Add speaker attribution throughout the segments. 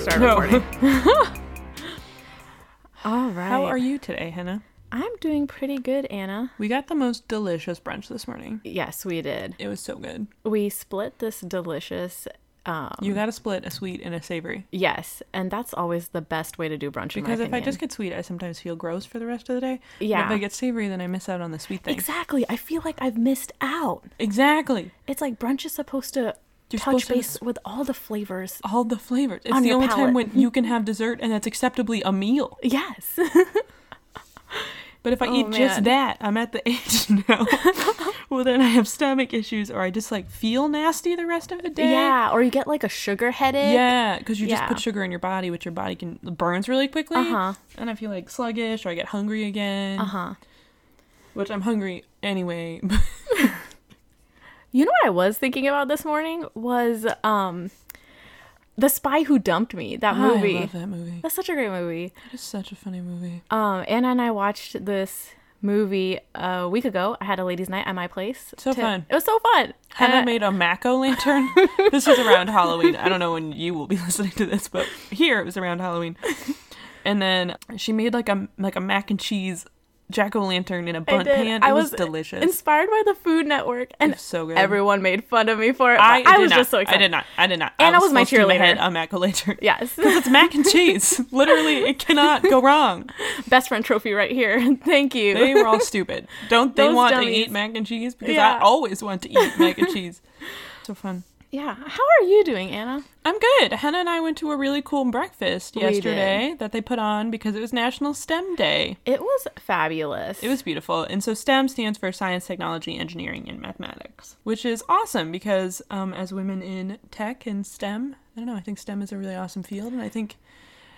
Speaker 1: Sorry.
Speaker 2: All right.
Speaker 1: How are you today, Hannah?
Speaker 2: I'm doing pretty good, Anna.
Speaker 1: We got the most delicious brunch this morning.
Speaker 2: Yes, we did.
Speaker 1: It was so good.
Speaker 2: We split this delicious. Um,
Speaker 1: You got to split a sweet and a savory.
Speaker 2: yes, and that's always the best way to do brunch. in my
Speaker 1: Because if I
Speaker 2: opinion.
Speaker 1: just get sweet, I sometimes feel gross for the rest of the day. But if
Speaker 2: Yeah.
Speaker 1: I get savory, then I miss out on the sweet thing.
Speaker 2: exactly, I feel like I've missed out.
Speaker 1: Exactly.
Speaker 2: It's like brunch is supposed to
Speaker 1: You're
Speaker 2: touch
Speaker 1: supposed to-
Speaker 2: base with all the flavors.
Speaker 1: All the flavors. It's
Speaker 2: On
Speaker 1: the
Speaker 2: your
Speaker 1: only time
Speaker 2: palate.
Speaker 1: when you can have dessert and that's acceptably a meal.
Speaker 2: Yes.
Speaker 1: But if I
Speaker 2: Oh,
Speaker 1: eat just
Speaker 2: man.
Speaker 1: that, I'm at the age now. well, then I have stomach issues or I just like feel nasty the rest of the day.
Speaker 2: yeah, or you get like a sugar headache.
Speaker 1: Yeah, because you just
Speaker 2: Yeah.
Speaker 1: put sugar in your body, which your body can burns really quickly.
Speaker 2: Uh-huh.
Speaker 1: And I feel like sluggish, or I get hungry again.
Speaker 2: Uh huh.
Speaker 1: Which I'm hungry anyway.
Speaker 2: You know what I was thinking about this morning was um, the spy who dumped me. That movie.
Speaker 1: I love that movie.
Speaker 2: That's such a great movie.
Speaker 1: It's such a funny movie.
Speaker 2: Um, Anna and I watched this movie a week ago. I had a ladies' night at my place.
Speaker 1: So fun.
Speaker 2: It was so fun.
Speaker 1: Hannah
Speaker 2: And I-
Speaker 1: made a Maco lantern. this was around Halloween. I don't know when you will be listening to this, but here it was around Halloween. And then she made like a like a mac and cheese jack o' lantern in a
Speaker 2: I
Speaker 1: bunt
Speaker 2: did.
Speaker 1: pan. It
Speaker 2: I
Speaker 1: was,
Speaker 2: was
Speaker 1: delicious.
Speaker 2: Inspired by the Food Network, and
Speaker 1: It's so good.
Speaker 2: everyone made fun of me for it. but
Speaker 1: I,
Speaker 2: I
Speaker 1: did
Speaker 2: was
Speaker 1: not.
Speaker 2: just so excited.
Speaker 1: I did not. I did not.
Speaker 2: Anna
Speaker 1: I
Speaker 2: was my
Speaker 1: supposed to my
Speaker 2: cheerleader.
Speaker 1: head a Mac o' lantern.
Speaker 2: Yes,
Speaker 1: It's mac and cheese. Literally, it cannot go wrong.
Speaker 2: best friend trophy right here. Thank you.
Speaker 1: They were all stupid. Don't they
Speaker 2: Those
Speaker 1: want to
Speaker 2: dummies.
Speaker 1: eat mac and cheese? Because I
Speaker 2: Yeah.
Speaker 1: always want to eat mac and cheese. So fun.
Speaker 2: yeah. How are you doing, Anna?
Speaker 1: I'm good. Hannah and I went to a really cool breakfast
Speaker 2: We did.
Speaker 1: yesterday that they put on because it was National STEM Day.
Speaker 2: It was fabulous.
Speaker 1: It was beautiful. And so STEM stands for science, technology, engineering, and mathematics, which is awesome because um, as women in tech and STEM, I don't know, I think STEM is a really awesome field. And I think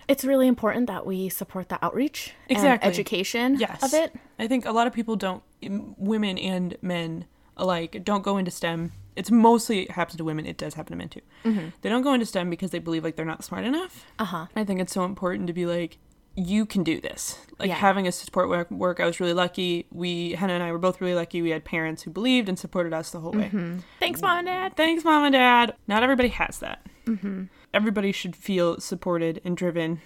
Speaker 2: It's really important that we support the outreach
Speaker 1: Exactly.
Speaker 2: and education
Speaker 1: yes
Speaker 2: of it.
Speaker 1: i think a lot of people don't m- women and men alike don't go into stem it's mostly it happens to women it does happen to men too
Speaker 2: Mm-hmm.
Speaker 1: they don't go into stem because they believe like they're not smart enough
Speaker 2: Uh huh.
Speaker 1: i think it's so important to be like you can do this like
Speaker 2: Yeah.
Speaker 1: having a support work, work i was really lucky we hannah and i were both really lucky we had parents who believed and supported us the whole way
Speaker 2: Thanks, mom and dad.
Speaker 1: thanks mom and dad not everybody has that
Speaker 2: Mm-hmm.
Speaker 1: everybody should feel supported and driven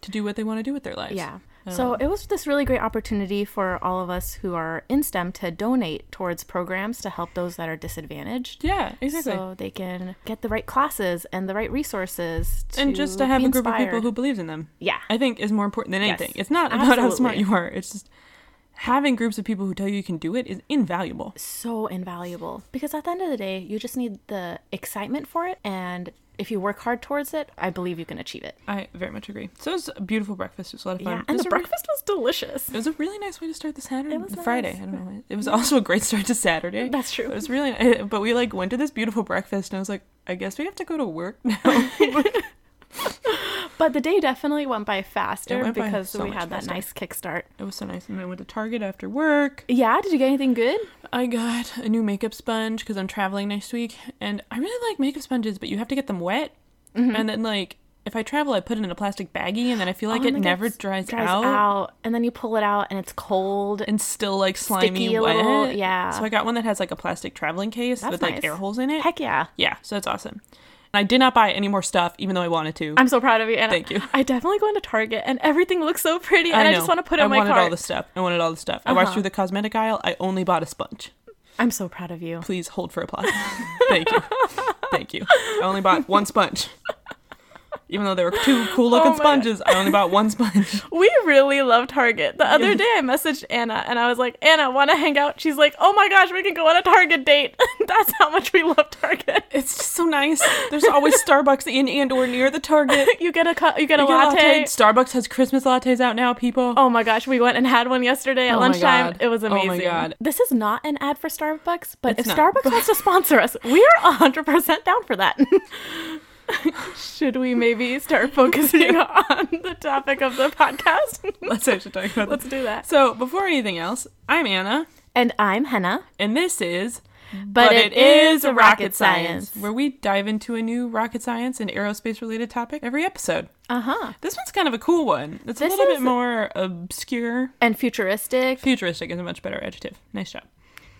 Speaker 1: to do what they want to do with their lives
Speaker 2: Yeah. So it was this really great opportunity for all of us who are in STEM to donate towards programs to help those that are disadvantaged.
Speaker 1: yeah exactly
Speaker 2: So they can get the right classes and the right resources to
Speaker 1: and just to have
Speaker 2: be
Speaker 1: a group of people
Speaker 2: inspired.
Speaker 1: who believes in them
Speaker 2: Yeah.
Speaker 1: i think is more important than
Speaker 2: Yes,
Speaker 1: anything it's not about how smart
Speaker 2: absolutely.
Speaker 1: you are it's just having groups of people who tell you you can do it is invaluable
Speaker 2: so invaluable because at the end of the day, you just need the excitement for it and if you work hard towards it, I believe you can achieve it.
Speaker 1: i very much agree so it was a beautiful breakfast it was a lot of fun
Speaker 2: Yeah,
Speaker 1: It
Speaker 2: and
Speaker 1: was
Speaker 2: the
Speaker 1: a re-
Speaker 2: breakfast was delicious.
Speaker 1: it was a really nice way to start the Saturday.
Speaker 2: It was nice.
Speaker 1: Friday. I don't know. It was also a great start to Saturday.
Speaker 2: That's true.
Speaker 1: It was really. ni- But we like went to this beautiful breakfast, and I was like, I guess we have to go to work now.
Speaker 2: But the day definitely went by faster
Speaker 1: went by
Speaker 2: because
Speaker 1: so
Speaker 2: we
Speaker 1: much
Speaker 2: had that
Speaker 1: faster.
Speaker 2: nice kickstart.
Speaker 1: it was so nice, and I went to Target after work.
Speaker 2: Yeah, did you get anything good?
Speaker 1: I got a new makeup sponge because I'm traveling next week, and I really like makeup sponges, but you have to get them wet.
Speaker 2: Mm-hmm.
Speaker 1: And then, like, if I travel, I put it in a plastic baggie, and then I feel like
Speaker 2: Oh,
Speaker 1: it
Speaker 2: and
Speaker 1: never
Speaker 2: gets-
Speaker 1: dries, out,
Speaker 2: and then you pull it out and it's cold
Speaker 1: and still like slimy
Speaker 2: Sticky a
Speaker 1: wet.
Speaker 2: little, yeah.
Speaker 1: So I got one that has like a plastic traveling case
Speaker 2: That's
Speaker 1: with like
Speaker 2: nice.
Speaker 1: air holes in it.
Speaker 2: heck yeah
Speaker 1: Yeah, so that's awesome. And I did not buy any more stuff, even though I wanted to.
Speaker 2: i'm so proud of you and
Speaker 1: Thank you.
Speaker 2: i definitely go into target and everything looks so pretty and i, just
Speaker 1: know.
Speaker 2: want to put it
Speaker 1: I
Speaker 2: in my
Speaker 1: wanted
Speaker 2: cart
Speaker 1: all the stuff. I wanted all the stuff. I walked
Speaker 2: Uh-huh.
Speaker 1: through the cosmetic aisle. I only bought a sponge.
Speaker 2: i'm so proud of you
Speaker 1: Please hold for applause. Thank you. Thank you. I only bought one sponge. Even though there were two cool looking
Speaker 2: my God.
Speaker 1: sponges, I only bought one sponge.
Speaker 2: we really love target the other day i messaged anna and i was like anna want to hang out she's like oh my gosh we can go on a target date that's how much we love target
Speaker 1: It's just so nice. There's always Starbucks in and or near the Target.
Speaker 2: you get a cu- you get a
Speaker 1: You get a
Speaker 2: latte.
Speaker 1: latte. Starbucks has Christmas lattes out now, people.
Speaker 2: Oh my gosh, we went and had one yesterday at
Speaker 1: Oh my
Speaker 2: lunchtime.
Speaker 1: God.
Speaker 2: It was
Speaker 1: Oh my
Speaker 2: amazing.
Speaker 1: God.
Speaker 2: This is not an ad for Starbucks, but
Speaker 1: It's
Speaker 2: if
Speaker 1: not.
Speaker 2: Starbucks wants to sponsor us, we are 100% down for that. Should we maybe start focusing on the topic of the podcast?
Speaker 1: Let's actually talk about
Speaker 2: Let's
Speaker 1: this.
Speaker 2: do that.
Speaker 1: So, before anything else, I'm Anna,
Speaker 2: And I'm Henna,
Speaker 1: and this is
Speaker 2: but,
Speaker 1: where we dive into a new rocket science and aerospace related topic every episode.
Speaker 2: Uh huh.
Speaker 1: This one's kind of a cool one. It's a
Speaker 2: This
Speaker 1: little bit
Speaker 2: is-
Speaker 1: more obscure.
Speaker 2: And futuristic.
Speaker 1: Futuristic is a much better adjective. Nice job.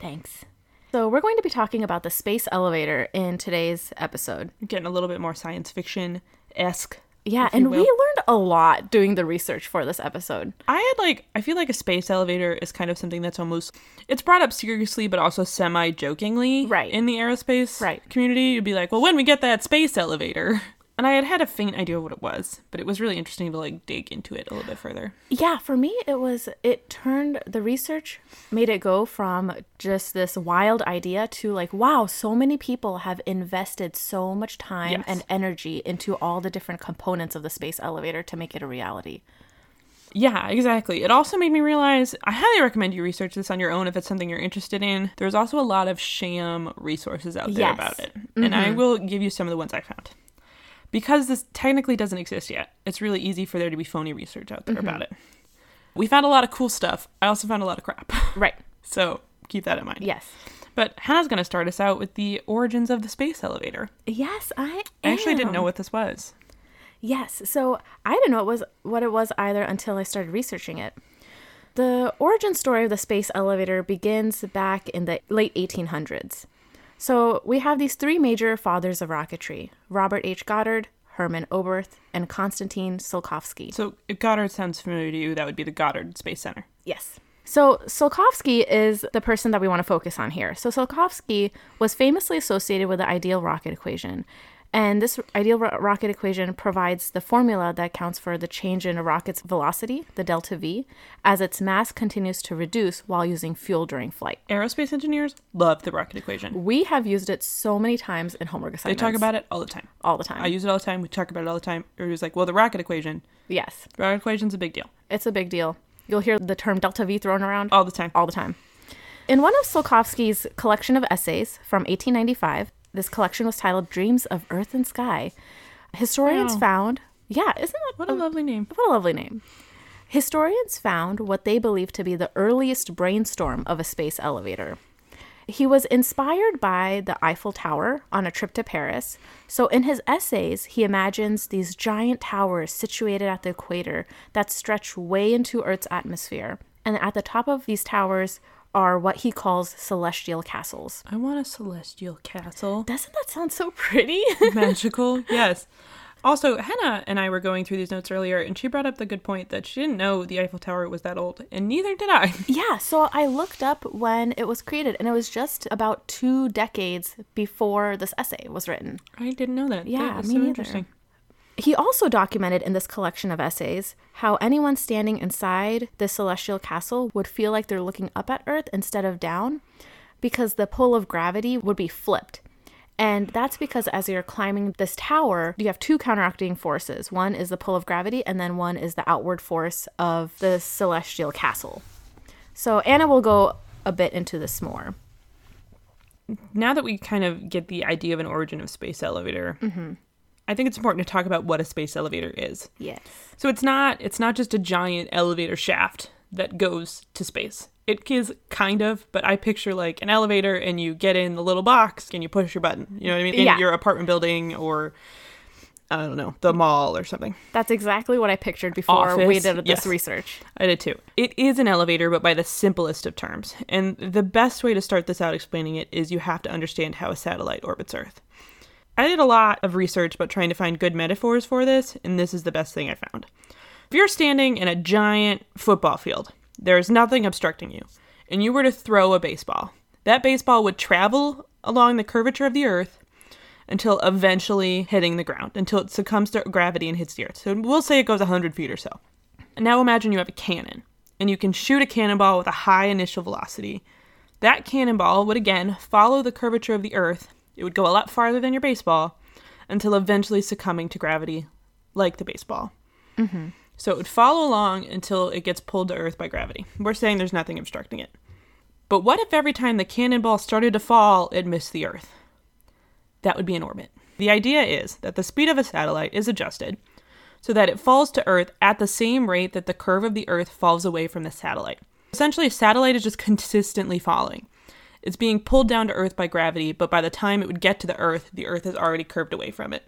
Speaker 2: Thanks. So, we're going to be talking about the space elevator in today's episode.
Speaker 1: Getting a little bit more science fiction esque
Speaker 2: Yeah,
Speaker 1: you
Speaker 2: and we
Speaker 1: will.
Speaker 2: learned a lot doing the research for this episode.
Speaker 1: I had like I feel like a space elevator is kind of something that's almost it's brought up seriously but also semi jokingly
Speaker 2: Right.
Speaker 1: in the aerospace
Speaker 2: Right.
Speaker 1: community you'd be like well when we get that space elevator and I had had a faint idea of what it was but it was really interesting to like dig into it a little bit further
Speaker 2: Yeah, for me, it was, it turned, the research made it go from just this wild idea to like, wow, so many people have invested so much time
Speaker 1: Yes.
Speaker 2: and energy into all the different components of the space elevator to make it a reality.
Speaker 1: yeah exactly it also made me realize I highly recommend you research this on your own if it's something you're interested in there's also a lot of sham resources out there
Speaker 2: Yes.
Speaker 1: about it and I will give you some of the ones I found because this technically doesn't exist yet, it's really easy for there to be phony research out there about it. We found a lot of cool stuff. I also found a lot of crap.
Speaker 2: Right.
Speaker 1: So keep that in mind.
Speaker 2: Yes.
Speaker 1: But Hannah's going to start us out with the origins of the space elevator.
Speaker 2: Yes, I
Speaker 1: I actually didn't
Speaker 2: am.
Speaker 1: know what this was.
Speaker 2: Yes, so I didn't know it was what it was either until I started researching it. The origin story of the space elevator begins back in the late 1800s. So we have these three major fathers of rocketry: Robert H. Goddard, Herman Oberth, and Konstantin Tsiolkovsky.
Speaker 1: So if Goddard sounds familiar to you, that would be the Goddard Space Center.
Speaker 2: Yes. So Tsiolkovsky is the person that we want to focus on here. So Tsiolkovsky was famously associated with the ideal rocket equation. And this ideal ro- rocket equation provides the formula that accounts for the change in a rocket's velocity, the delta V, as its mass continues to reduce while using fuel during flight.
Speaker 1: Aerospace engineers love the rocket equation.
Speaker 2: We have used it so many times in homework
Speaker 1: They
Speaker 2: assignments.
Speaker 1: talk about it all the time.
Speaker 2: all the time.
Speaker 1: I use it all the time. We talk about it all the time. It was like, well, the rocket equation.
Speaker 2: yes,
Speaker 1: Rocket equation's a big deal.
Speaker 2: it's a big deal. You'll hear the term delta V thrown around
Speaker 1: All the time.
Speaker 2: all the time. In one of Tsiolkovsky's collection of essays from 1895, this collection was titled Dreams of Earth and Sky. Historians
Speaker 1: Wow.
Speaker 2: found, yeah, isn't that
Speaker 1: What a lovely name.
Speaker 2: what a lovely name. Historians found what they believe to be the earliest brainstorm of a space elevator. He was inspired by the Eiffel Tower on a trip to Paris. So, in his essays, he imagines these giant towers situated at the equator that stretch way into Earth's atmosphere. And at the top of these towers are what he calls celestial castles.
Speaker 1: I want a celestial castle.
Speaker 2: Doesn't that sound so pretty?
Speaker 1: magical yes also hannah and i were going through these notes earlier and she brought up the good point that she didn't know the eiffel tower was that old and neither did i
Speaker 2: Yeah, so I looked up when it was created, and it was just about two decades before this essay was written.
Speaker 1: i didn't know that
Speaker 2: Yeah,
Speaker 1: that is
Speaker 2: me neither. He also documented in this collection of essays how anyone standing inside the celestial castle would feel like they're looking up at Earth instead of down because the pull of gravity would be flipped. And that's because as you're climbing this tower, you have two counteracting forces. One is the pull of gravity, and then one is the outward force of the celestial castle. So Anna will go a bit into this more.
Speaker 1: now that we kind of get the idea of an origin of space elevator
Speaker 2: Mm-hmm.
Speaker 1: i think it's important to talk about what a space elevator is
Speaker 2: Yes.
Speaker 1: so it's not it's not just a giant elevator shaft that goes to space it is kind of but i picture like an elevator and you get in the little box and you push your button you know what i mean in
Speaker 2: Yeah.
Speaker 1: your apartment building or i don't know the mall or something
Speaker 2: That's exactly what I pictured before we
Speaker 1: Office,
Speaker 2: did this
Speaker 1: yes.
Speaker 2: research.
Speaker 1: I did too. It is an elevator, but by the simplest of terms. And the best way to start this out explaining it is you have to understand how a satellite orbits Earth. I did a lot of research about trying to find good metaphors for this, and this is the best thing I found. If you're standing in a giant football field, there is nothing obstructing you, and you were to throw a baseball, that baseball would travel along the curvature of the Earth until eventually hitting the ground, until it succumbs to gravity and hits the Earth. So we'll say it goes 100 feet or so. Now imagine you have a cannon, and you can shoot a cannonball with a high initial velocity. That cannonball would again follow the curvature of the Earth. It would go a lot farther than your baseball until eventually succumbing to gravity, like the baseball. So it would follow along until it gets pulled to Earth by gravity. We're saying there's nothing obstructing it. But what if every time the cannonball started to fall, it missed the Earth? That would be an orbit. The idea is that the speed of a satellite is adjusted so that it falls to Earth at the same rate that the curve of the Earth falls away from the satellite. Essentially, a satellite is just consistently falling. It's being pulled down to Earth by gravity, but by the time it would get to the Earth, the Earth has already curved away from it.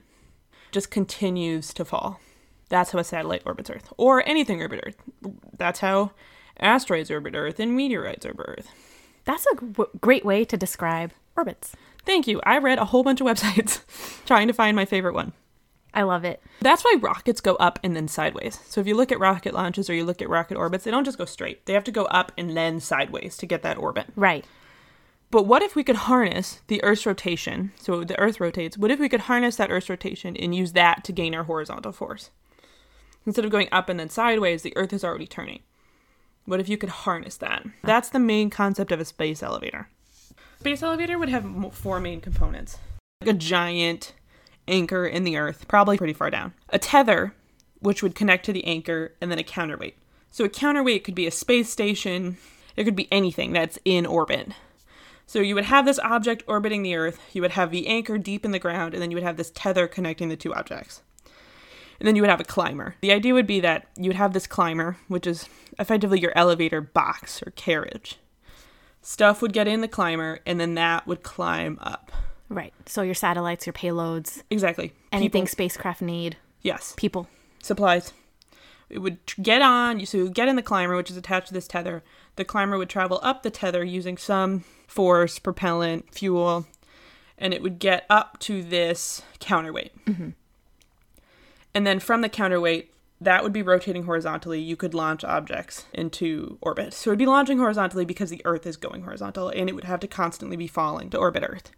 Speaker 1: Just continues to fall. That's how a satellite orbits Earth, or anything orbit Earth. That's how asteroids orbit Earth and meteorites orbit Earth.
Speaker 2: That's a w- great way to describe orbits.
Speaker 1: Thank you. I read a whole bunch of websites trying to find my favorite one.
Speaker 2: I love it.
Speaker 1: That's why rockets go up and then sideways. So if you look at rocket launches or you look at rocket orbits, they don't just go straight. They have to go up and then sideways to get that orbit.
Speaker 2: Right.
Speaker 1: But what if we could harness the Earth's rotation? So the Earth rotates. What if we could harness that Earth's rotation and use that to gain our horizontal force? Instead of going up and then sideways, the Earth is already turning. What if you could harness that? That's the main concept of a space elevator. Space elevator would have m- four main components like a giant anchor in the earth, probably pretty far down, a tether, which would connect to the anchor, and then a counterweight. So a counterweight could be a space station, it could be anything that's in orbit. So you would have this object orbiting the Earth, you would have the anchor deep in the ground, and then you would have this tether connecting the two objects. And then you would have a climber. The idea would be that you would have this climber, which is effectively your elevator box or carriage. Stuff would get in the climber, and then that would climb up.
Speaker 2: Right. So your satellites, your payloads,
Speaker 1: Exactly.
Speaker 2: anything
Speaker 1: People-
Speaker 2: spacecraft need,
Speaker 1: yes.
Speaker 2: people.
Speaker 1: supplies. It would tr- get on, so you would get in the climber, which is attached to this tether. The climber would travel up the tether using some force, propellant, fuel, and it would get up to this counterweight. And then from the counterweight, that would be rotating horizontally. You could launch objects into orbit. So it would be launching horizontally because the Earth is going horizontal, and it would have to constantly be falling to orbit Earth.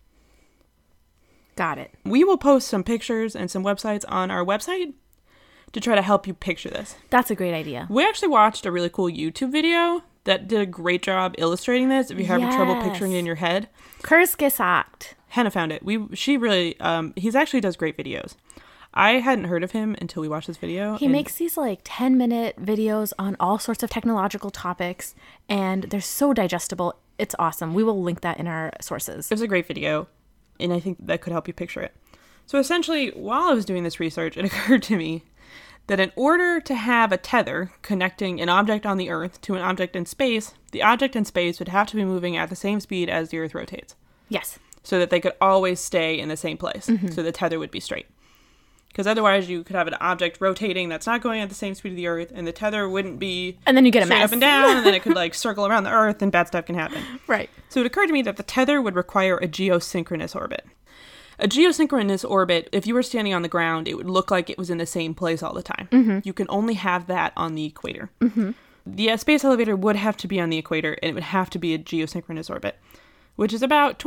Speaker 2: Got it.
Speaker 1: We will post some pictures and some websites on our website to try to help you picture this.
Speaker 2: That's a great idea.
Speaker 1: We actually watched a really cool YouTube video that did a great job illustrating this. If you're having trouble picturing it
Speaker 2: Yes.
Speaker 1: in your head,
Speaker 2: Kurzgesagt.
Speaker 1: Hannah found it. We she really um he's actually does great videos. I hadn't heard of him until we watched this video.
Speaker 2: He
Speaker 1: and
Speaker 2: makes these like 10 minute videos on all sorts of technological topics, and they're so digestible. It's awesome. We will link that in our sources.
Speaker 1: it was a great video, and I think that could help you picture it. So essentially, while I was doing this research, it occurred to me that in order to have a tether connecting an object on the Earth to an object in space, the object in space would have to be moving at the same speed as the Earth rotates.
Speaker 2: Yes.
Speaker 1: so that they could always stay in the same place.
Speaker 2: Mm-hmm.
Speaker 1: So the tether would be straight. Because otherwise, you could have an object rotating that's not going at the same speed of the Earth, and the tether wouldn't be
Speaker 2: And then you get a
Speaker 1: straight
Speaker 2: mess.
Speaker 1: up and down, and then it could like circle around the Earth, and bad stuff can happen.
Speaker 2: Right.
Speaker 1: So it occurred to me that the tether would require a geosynchronous orbit. A geosynchronous orbit, if you were standing on the ground, it would look like it was in the same place all the time. You can only have that on the equator. The uh, space elevator would have to be on the equator, and it would have to be a geosynchronous orbit, which is about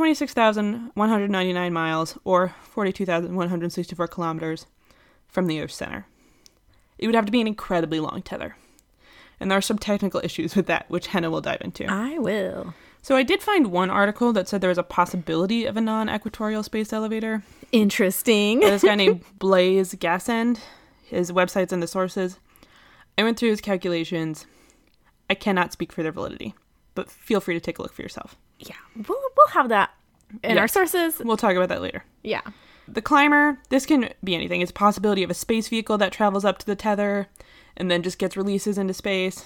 Speaker 1: 26,199 miles or 42,164 kilometers from the Earth's center. It would have to be an incredibly long tether. And there are some technical issues with that, which Henna will dive into.
Speaker 2: I will.
Speaker 1: So I did find one article that said there was a possibility of a non-equatorial space elevator.
Speaker 2: Interesting.
Speaker 1: By This guy named Blaze Gassend, his website's in the sources. I went through his calculations. I cannot speak for their validity, but feel free to take a look for yourself.
Speaker 2: yeah. We'll, we'll have that in our
Speaker 1: Yes.
Speaker 2: sources.
Speaker 1: We'll talk about that later.
Speaker 2: Yeah.
Speaker 1: The climber, this can be anything. It's a possibility of a space vehicle that travels up to the tether and then just gets releases into space.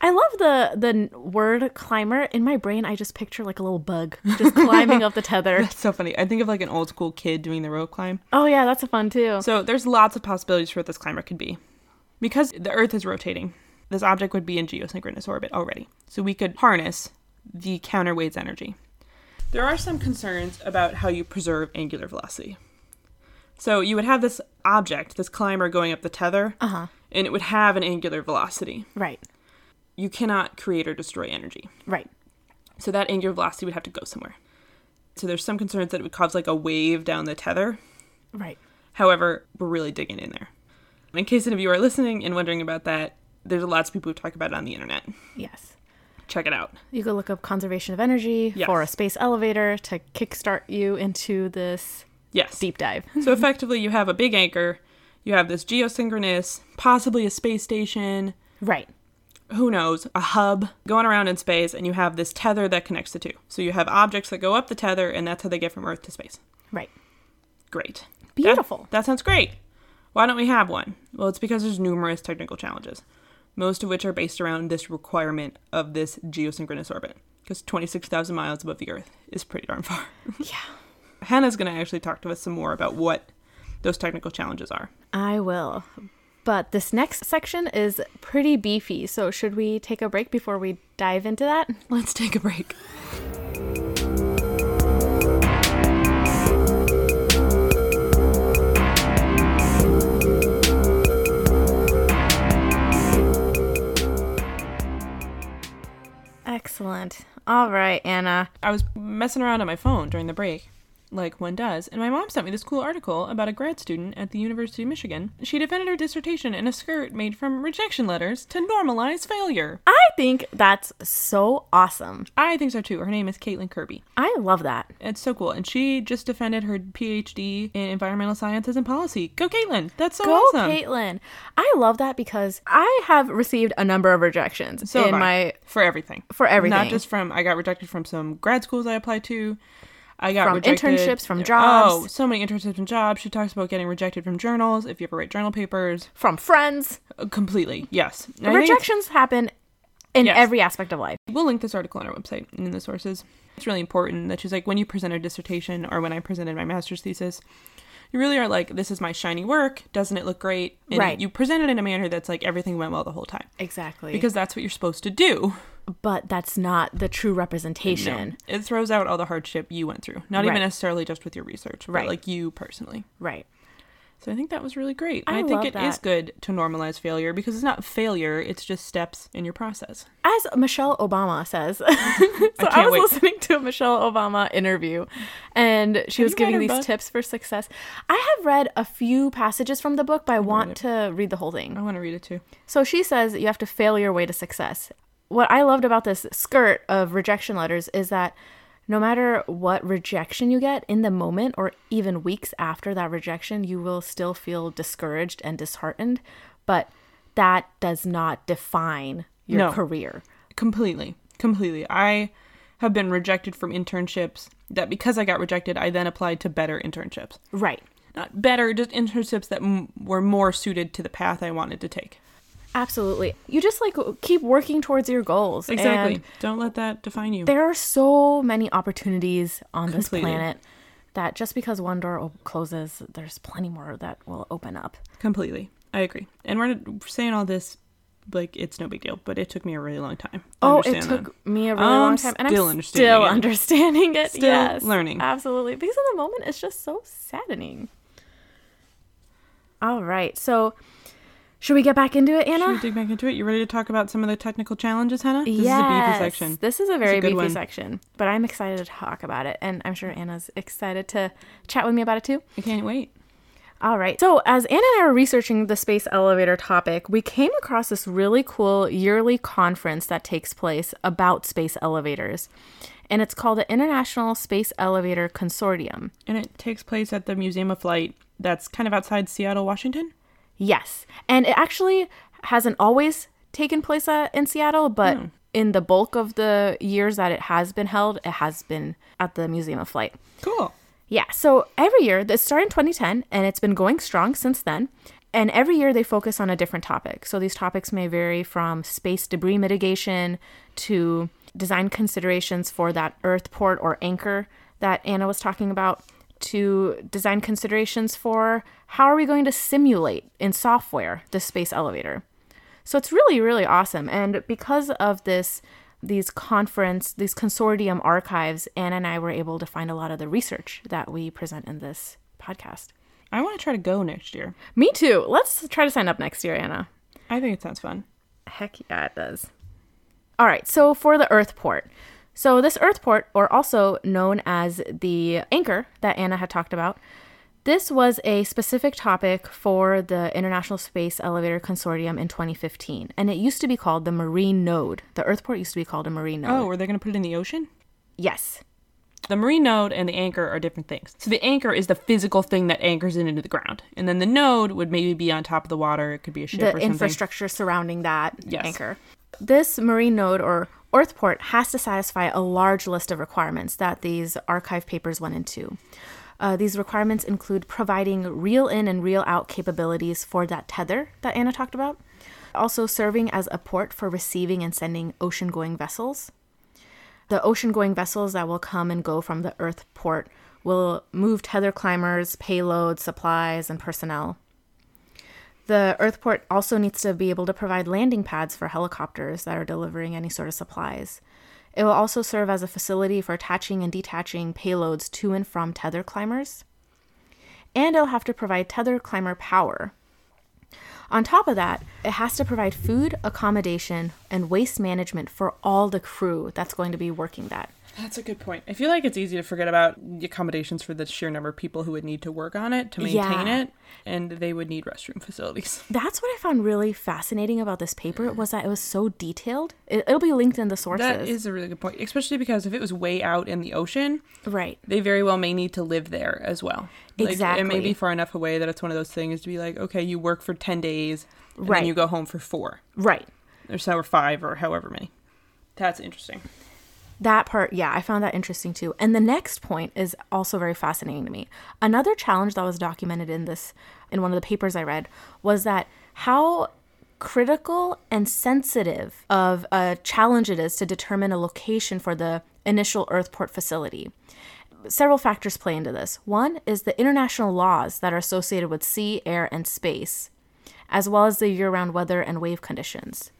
Speaker 2: I love the the n- word climber. In my brain, I just picture like a little bug just climbing up the tether.
Speaker 1: It's so funny. I think of like an old school kid doing the rope climb.
Speaker 2: Oh yeah, that's a fun too.
Speaker 1: So there's lots of possibilities for what this climber could be. Because the Earth is rotating, this object would be in geosynchronous orbit already. So we could harness the counterweight's energy. There are some concerns about how you preserve angular velocity. So you would have this object, this climber going up the tether,
Speaker 2: Uh-huh.
Speaker 1: and it would have an angular velocity.
Speaker 2: Right.
Speaker 1: You cannot create or destroy energy.
Speaker 2: Right.
Speaker 1: So that angular velocity would have to go somewhere. So there's some concerns that it would cause like a wave down the tether,
Speaker 2: Right.
Speaker 1: However, we're really digging in there. In case any of you are listening and wondering about that, there's lots of people who talk about it on the internet.
Speaker 2: Yes.
Speaker 1: Check it out.
Speaker 2: You go look up conservation of energy
Speaker 1: Yes.
Speaker 2: for a space elevator to kickstart you into this
Speaker 1: Yes.
Speaker 2: deep dive.
Speaker 1: So effectively, you have a big anchor, you have this geosynchronous, possibly a space station,
Speaker 2: Right.
Speaker 1: who knows, a hub going around in space, and you have this tether that connects the two. So you have objects that go up the tether, and that's how they get from Earth to space.
Speaker 2: Right.
Speaker 1: Great.
Speaker 2: Beautiful.
Speaker 1: That, that sounds great. Why don't we have one? Well, it's because there's numerous technical challenges, most of which are based around this requirement of this geosynchronous orbit, because 26,000 miles above the Earth is pretty darn far.
Speaker 2: Yeah.
Speaker 1: Hannah's going to actually talk to us some more about what those technical challenges are.
Speaker 2: I will. But this next section is pretty beefy. So, should we take a break before we dive into that?
Speaker 1: Let's take a break.
Speaker 2: Excellent. All right, Anna.
Speaker 1: I was messing around on my phone during the break, like one does, and my mom sent me this cool article about a grad student at the University of Michigan. She defended her dissertation in a skirt made from rejection letters to normalize failure.
Speaker 2: I think that's so awesome.
Speaker 1: I think so too. Her name is Caitlin Kirby.
Speaker 2: I love that.
Speaker 1: It's so cool. And she just defended her PhD in environmental sciences and policy. Go, Caitlin. That's so
Speaker 2: Go,
Speaker 1: awesome.
Speaker 2: Caitlin. I love that because I have received a number of rejections
Speaker 1: so
Speaker 2: in
Speaker 1: am I.
Speaker 2: my
Speaker 1: for everything.
Speaker 2: for everything.
Speaker 1: Not just from I got rejected from some grad schools I applied to. I got
Speaker 2: From
Speaker 1: rejected
Speaker 2: internships, from jobs.
Speaker 1: Oh, so many internships and jobs. She talks about getting rejected from journals if you ever write journal papers.
Speaker 2: from friends.
Speaker 1: Uh, completely, yes. And I think
Speaker 2: Rejections happen in
Speaker 1: Yes.
Speaker 2: every aspect of life.
Speaker 1: we'll link this article on our website and in the sources. It's really important that she's like when you present a dissertation or when I presented my master's thesis, you really are like this is my shiny work. Doesn't it look great? And
Speaker 2: Right.
Speaker 1: You present it in a manner that's like everything went well the whole time
Speaker 2: Exactly.
Speaker 1: because that's what you're supposed to do.
Speaker 2: but that's not the true representation.
Speaker 1: No. It throws out all the hardship you went through. Not
Speaker 2: Right.
Speaker 1: even necessarily just with your research, but
Speaker 2: Right.
Speaker 1: like you personally.
Speaker 2: Right.
Speaker 1: So I think that was really great. And
Speaker 2: I
Speaker 1: I,
Speaker 2: love
Speaker 1: think it is
Speaker 2: that.
Speaker 1: good to normalize failure because it's not failure, it's just steps in your process.
Speaker 2: As Michelle Obama says. so I,
Speaker 1: can't
Speaker 2: was
Speaker 1: wait.
Speaker 2: listening to a Michelle Obama interview and she was
Speaker 1: you read
Speaker 2: giving
Speaker 1: her
Speaker 2: these
Speaker 1: book?
Speaker 2: tips for success. I have read a few passages from the book, but I want to read the whole thing.
Speaker 1: I want to read it too.
Speaker 2: So she says that you have to fail your way to success. What I loved about this skirt of rejection letters is that no matter what rejection you get in the moment or even weeks after that rejection, you will still feel discouraged and disheartened, but that does not define your
Speaker 1: No.
Speaker 2: career.
Speaker 1: Completely. Completely. I have been rejected from internships that because I got rejected, I then applied to better internships.
Speaker 2: Right.
Speaker 1: Not better, just internships that m- were more suited to the path I wanted to take.
Speaker 2: Absolutely. You just like keep working towards your goals. and
Speaker 1: Exactly. Don't let that define you.
Speaker 2: there are so many opportunities on
Speaker 1: Completely.
Speaker 2: this planet that just because one door o- closes, there's plenty more that will open up.
Speaker 1: Completely. I agree. And we're saying all this like it's no big deal, but it took me a really long time. to
Speaker 2: Oh, it
Speaker 1: understand that.
Speaker 2: took me a really long
Speaker 1: I'm
Speaker 2: time, and
Speaker 1: still
Speaker 2: I'm
Speaker 1: understanding
Speaker 2: still
Speaker 1: it.
Speaker 2: understanding it.
Speaker 1: Still
Speaker 2: yes,
Speaker 1: learning.
Speaker 2: absolutely. Because in the moment, it's just so saddening. All right, so should we get back into it,
Speaker 1: Should
Speaker 2: Anna?
Speaker 1: we dig back into it? You ready to talk about some of the technical challenges, Hannah? This is a beefy
Speaker 2: Yes.
Speaker 1: section.
Speaker 2: This is a very
Speaker 1: good
Speaker 2: beefy
Speaker 1: one.
Speaker 2: section, but I'm excited to talk about it, and I'm sure Anna's excited to chat with me about it too.
Speaker 1: I can't wait.
Speaker 2: All right. So, as Anna and I were researching the space elevator topic, we came across this really cool yearly conference that takes place about space elevators. And it's called the International Space Elevator Consortium.
Speaker 1: And it takes place at the Museum of Light that's kind of outside Seattle, Washington.
Speaker 2: Yes. And it actually hasn't always taken place uh, in Seattle, but in the bulk of the years that it has been held, it has been at the Museum of Flight.
Speaker 1: Cool.
Speaker 2: Yeah, so every year, this started in 2010 and it's been going strong since then. And every year they focus on a different topic. So these topics may vary from space debris mitigation to design considerations for that earth port or anchor that Anna was talking about to design considerations for how are we going to simulate in software the space elevator. So it's really, really awesome. And because of this, these conference, these consortium archives, Anna and I were able to find a lot of the research that we present in this podcast.
Speaker 1: I want to try to go next year.
Speaker 2: Me too. Let's try to sign up next year, Anna.
Speaker 1: I think it sounds fun.
Speaker 2: Heck yeah, it does. All right, so for the Earth port. So, this Earth port, or also known as the anchor that Anna had talked about, this was a specific topic for the International Space Elevator Consortium in 2015. And it used to be called the Marine Node. The Earth port used to be called a Marine Node.
Speaker 1: Oh, are they going to put it in the ocean?
Speaker 2: Yes.
Speaker 1: The marine node and the anchor are different things. So the anchor is the physical thing that anchors it into the ground, and then the node would maybe be on top of the water. It could be a ship
Speaker 2: The
Speaker 1: or something.
Speaker 2: infrastructure surrounding that
Speaker 1: Yes.
Speaker 2: anchor. This Marine Node, or Earth port, has to satisfy a large list of requirements that these archive papers went into. Uh, these requirements include providing reel in and reel out capabilities for that tether that Anna talked about, also serving as a port for receiving and sending ocean going vessels. The ocean going vessels that will come and go from the Earth port will move tether climbers, payloads, supplies, and personnel. The Earthport also needs to be able to provide landing pads for helicopters that are delivering any sort of supplies. It will also serve as a facility for attaching and detaching payloads to and from tether climbers. And it'll have to provide tether climber power. On top of that, it has to provide food, accommodation, and waste management for all the crew that's going to be working that.
Speaker 1: That's a good point. I feel like it's easy to forget about the accommodations for the sheer number of people who would need to work on it to maintain
Speaker 2: Yeah.
Speaker 1: it, and they would need restroom facilities.
Speaker 2: That's what I found really fascinating about this paper was that it was so detailed. It, it'll be linked in the sources.
Speaker 1: That is a really good point, especially because if it was way out in the ocean,
Speaker 2: right.
Speaker 1: they very well may need to live there as well. Like, it may
Speaker 2: Exactly.
Speaker 1: be far enough away that it's one of those things to be like, okay, you work for 10 days, and
Speaker 2: Right.
Speaker 1: then you go home for four,
Speaker 2: Right.
Speaker 1: or so, or five, or however many. That's interesting.
Speaker 2: That part, yeah, I found that interesting too. And the next point is also very fascinating to me. Another challenge that was documented in this, in one of the papers I read, was that how critical and sensitive of a challenge it is to determine a location for the initial Earthport facility. Several factors play into this. One is the international laws that are associated with sea, air, and space, as well as the year round weather and wave conditions.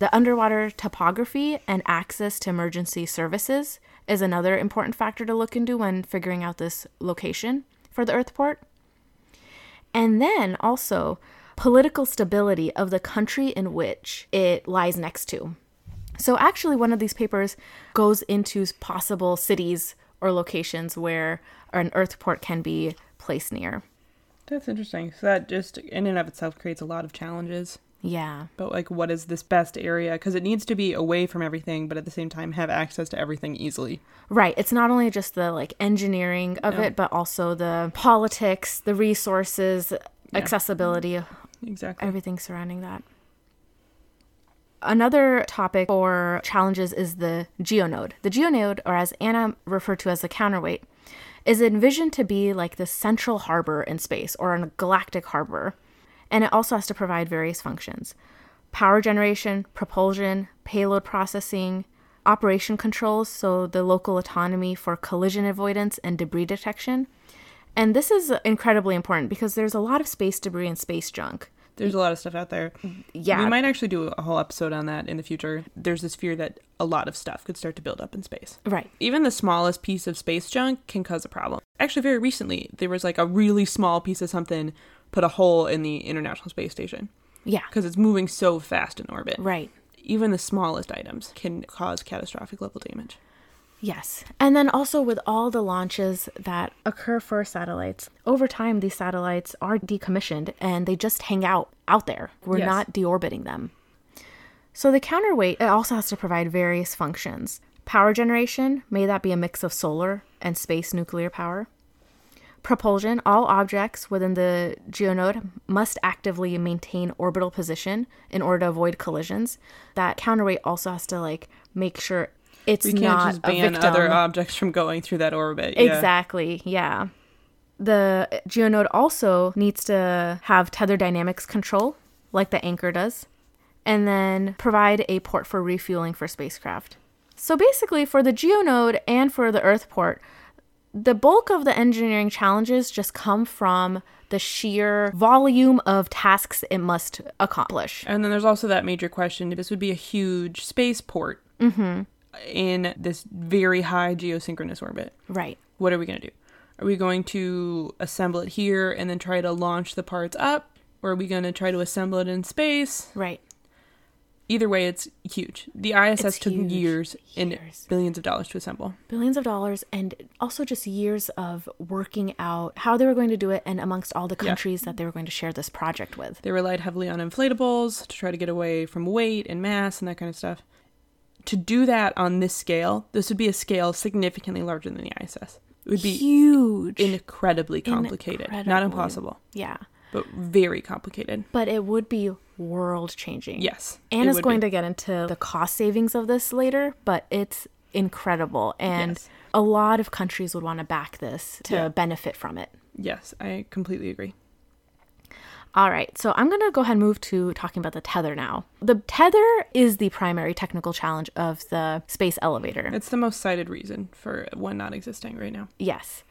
Speaker 2: The underwater topography and access to emergency services is another important factor to look into when figuring out this location for the Earthport. And then also political stability of the country in which it lies next to. So, actually, one of these papers goes into possible cities or locations where an Earthport can be placed near.
Speaker 1: That's interesting. So that just in and of itself creates a lot of challenges.
Speaker 2: Yeah.
Speaker 1: But like, what is this best area? Because it needs to be away from everything, but at the same time have access to everything easily.
Speaker 2: Right. It's not only just the like engineering of it, but also the politics, the resources, accessibility,
Speaker 1: Exactly.
Speaker 2: everything surrounding that. Another topic for challenges is the geonode. The geonode, or as Anna referred to as the counterweight, is envisioned to be like the central harbor in space or a galactic harbor. And it also has to provide various functions power generation, propulsion, payload processing, operation controls, so the local autonomy for collision avoidance and debris detection. And this is incredibly important because there's a lot of space debris and space junk.
Speaker 1: There's a lot of stuff out there.
Speaker 2: Yeah.
Speaker 1: We might actually do a whole episode on that in the future. There's this fear that a lot of stuff could start to build up in space.
Speaker 2: Right.
Speaker 1: Even the smallest piece of space junk can cause a problem. Actually, very recently, there was like a really small piece of something put a hole in the International Space Station
Speaker 2: Yeah.
Speaker 1: because it's moving so fast in orbit.
Speaker 2: Right.
Speaker 1: Even the smallest items can cause catastrophic level damage.
Speaker 2: Yes. And then also with all the launches that occur for satellites, over time these satellites are decommissioned and they just hang out out there. We're
Speaker 1: Yes.
Speaker 2: not deorbiting them. So the counterweight it also has to provide various functions. Power generation, may that be a mix of solar and space nuclear power. Propulsion, all objects within the geonode must actively maintain orbital position in order to avoid collisions. That counterweight also has to like make sure it's
Speaker 1: We can't
Speaker 2: not
Speaker 1: just
Speaker 2: a
Speaker 1: ban
Speaker 2: victim.
Speaker 1: other objects from going through that orbit. Yeah.
Speaker 2: Exactly. Yeah. The geonode also needs to have tether dynamics control, like the anchor does, and then provide a port for refueling for spacecraft. So basically, for the geonode and for the Earth port, the bulk of the engineering challenges just come from the sheer volume of tasks it must accomplish.
Speaker 1: And then there's also that major question this would be a huge spaceport
Speaker 2: Mm-hmm.
Speaker 1: in this very high geosynchronous orbit.
Speaker 2: Right.
Speaker 1: what are we going to do? Are we going to assemble it here and then try to launch the parts up? Or are we going to try to assemble it in space?
Speaker 2: Right.
Speaker 1: Either way, it's huge. The ISS
Speaker 2: It's
Speaker 1: took
Speaker 2: huge.
Speaker 1: years and
Speaker 2: Years.
Speaker 1: billions of dollars to assemble.
Speaker 2: billions of dollars and also just years of working out how they were going to do it and amongst all the countries that they were going to share this project with.
Speaker 1: They relied heavily on inflatables to try to get away from weight and mass and that kind of stuff. To do that on this scale, this would be a scale significantly larger than the ISS. It would be
Speaker 2: Huge.
Speaker 1: incredibly complicated. Not
Speaker 2: Incredibly.
Speaker 1: impossible,
Speaker 2: yeah.
Speaker 1: but very complicated.
Speaker 2: But it would be world changing.
Speaker 1: Yes. it
Speaker 2: Anna's
Speaker 1: would be.
Speaker 2: going to get into the cost savings of this later, but it's incredible. And
Speaker 1: Yes.
Speaker 2: a lot of countries would want to back this to
Speaker 1: Yeah.
Speaker 2: benefit from it.
Speaker 1: Yes, I completely agree.
Speaker 2: All right, so I'm going to go ahead and move to talking about the tether now. The tether is the primary technical challenge of the space elevator.
Speaker 1: It's the most cited reason for one not existing right now.
Speaker 2: Yes.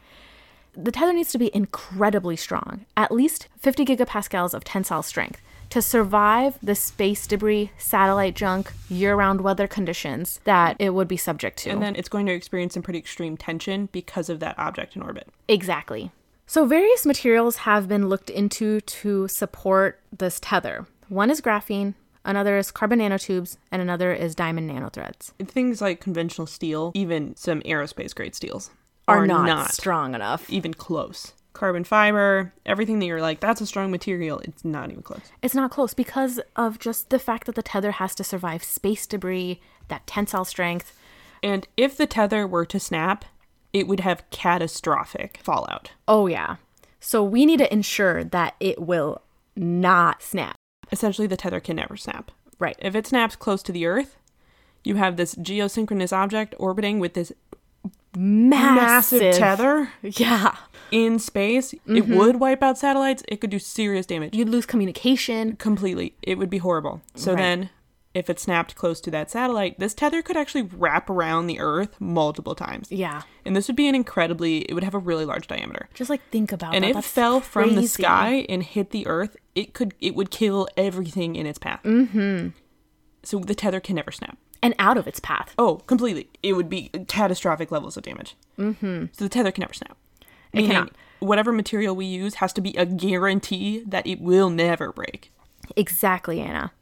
Speaker 2: The tether needs to be incredibly strong, at least 50 gigapascals of tensile strength, to survive the space debris, satellite junk, year round weather conditions that it would be subject to.
Speaker 1: And then it's going to experience some pretty extreme tension because of that object in orbit.
Speaker 2: exactly. So, various materials have been looked into to support this tether. One is graphene, another is carbon nanotubes, and another is diamond nanothreads.
Speaker 1: Things like conventional steel, even some aerospace grade steels,
Speaker 2: Are, not, strong enough.
Speaker 1: even close. Carbon fiber, everything that you're like, that's a strong material, it's not even close.
Speaker 2: It's not close because of just the fact that the tether has to survive space debris, that tensile strength.
Speaker 1: And if the tether were to snap, it would have catastrophic fallout.
Speaker 2: Oh, yeah. So, we need to ensure that it will not snap.
Speaker 1: Essentially, the tether can never snap.
Speaker 2: Right.
Speaker 1: If it snaps close to the Earth, you have this geosynchronous object orbiting with this
Speaker 2: Massive,
Speaker 1: massive tether
Speaker 2: Yeah.
Speaker 1: in space. It
Speaker 2: Mm-hmm.
Speaker 1: would wipe out satellites, it could do serious damage.
Speaker 2: You'd lose communication.
Speaker 1: completely. It would be horrible. So
Speaker 2: Right.
Speaker 1: then, if it snapped close to that satellite, this tether could actually wrap around the Earth multiple times.
Speaker 2: Yeah.
Speaker 1: And this would be an incredibly, it would have a really large diameter.
Speaker 2: Just like think about
Speaker 1: And
Speaker 2: that.
Speaker 1: if it
Speaker 2: Oh, That's
Speaker 1: fell from the
Speaker 2: crazy.
Speaker 1: sky and hit the Earth, it could, it would kill everything in its path. Mm hmm.
Speaker 2: Mm-hmm.
Speaker 1: So the tether can never snap.
Speaker 2: and out of its path.
Speaker 1: Oh, completely. It would be catastrophic levels of damage. Mm-hmm. So the tether can never snap.
Speaker 2: It cannot.
Speaker 1: Meaning, Whatever material we use has to be a guarantee that it will never break.
Speaker 2: Exactly, Anna.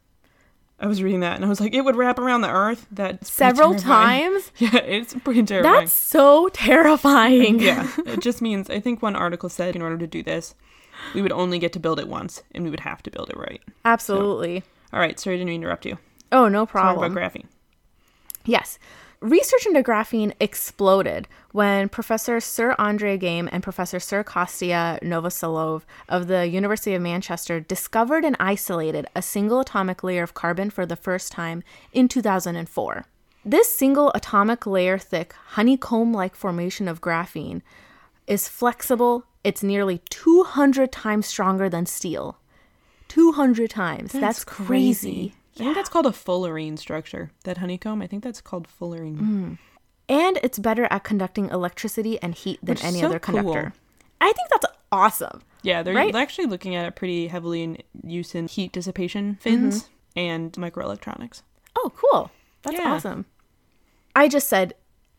Speaker 1: I was reading that and I was like, it would wrap around the Earth. That
Speaker 2: Several times.
Speaker 1: Yeah, it's pretty terrifying.
Speaker 2: That's so terrifying.
Speaker 1: yeah. It just means I think one article said in order to do this, we would only get to build it once, and we would have to build it right.
Speaker 2: Absolutely.
Speaker 1: All right, sorry, I didn't mean to interrupt you.
Speaker 2: Oh, no
Speaker 1: Talk
Speaker 2: problem.
Speaker 1: about graphene.
Speaker 2: Yes. Research into graphene exploded when Professor Sir Andre Game and Professor Sir Kostya Novoselov of the University of Manchester discovered and isolated a single atomic layer of carbon for the first time in 2004. This single atomic layer thick, honeycomb like formation of graphene is flexible, it's nearly 200 times stronger than steel. 200 times. That's, crazy.
Speaker 1: I think that's called a fullerene structure. That honeycomb, I think that's called fullerene.
Speaker 2: and it's better at conducting electricity and heat than
Speaker 1: Which is
Speaker 2: any
Speaker 1: so
Speaker 2: other conductor.
Speaker 1: cool.
Speaker 2: I think that's awesome.
Speaker 1: Yeah, they're
Speaker 2: Right?
Speaker 1: actually looking at it pretty heavily in use in heat dissipation fins
Speaker 2: Mm-hmm.
Speaker 1: and microelectronics.
Speaker 2: Oh, cool. That's
Speaker 1: Yeah.
Speaker 2: awesome. I just said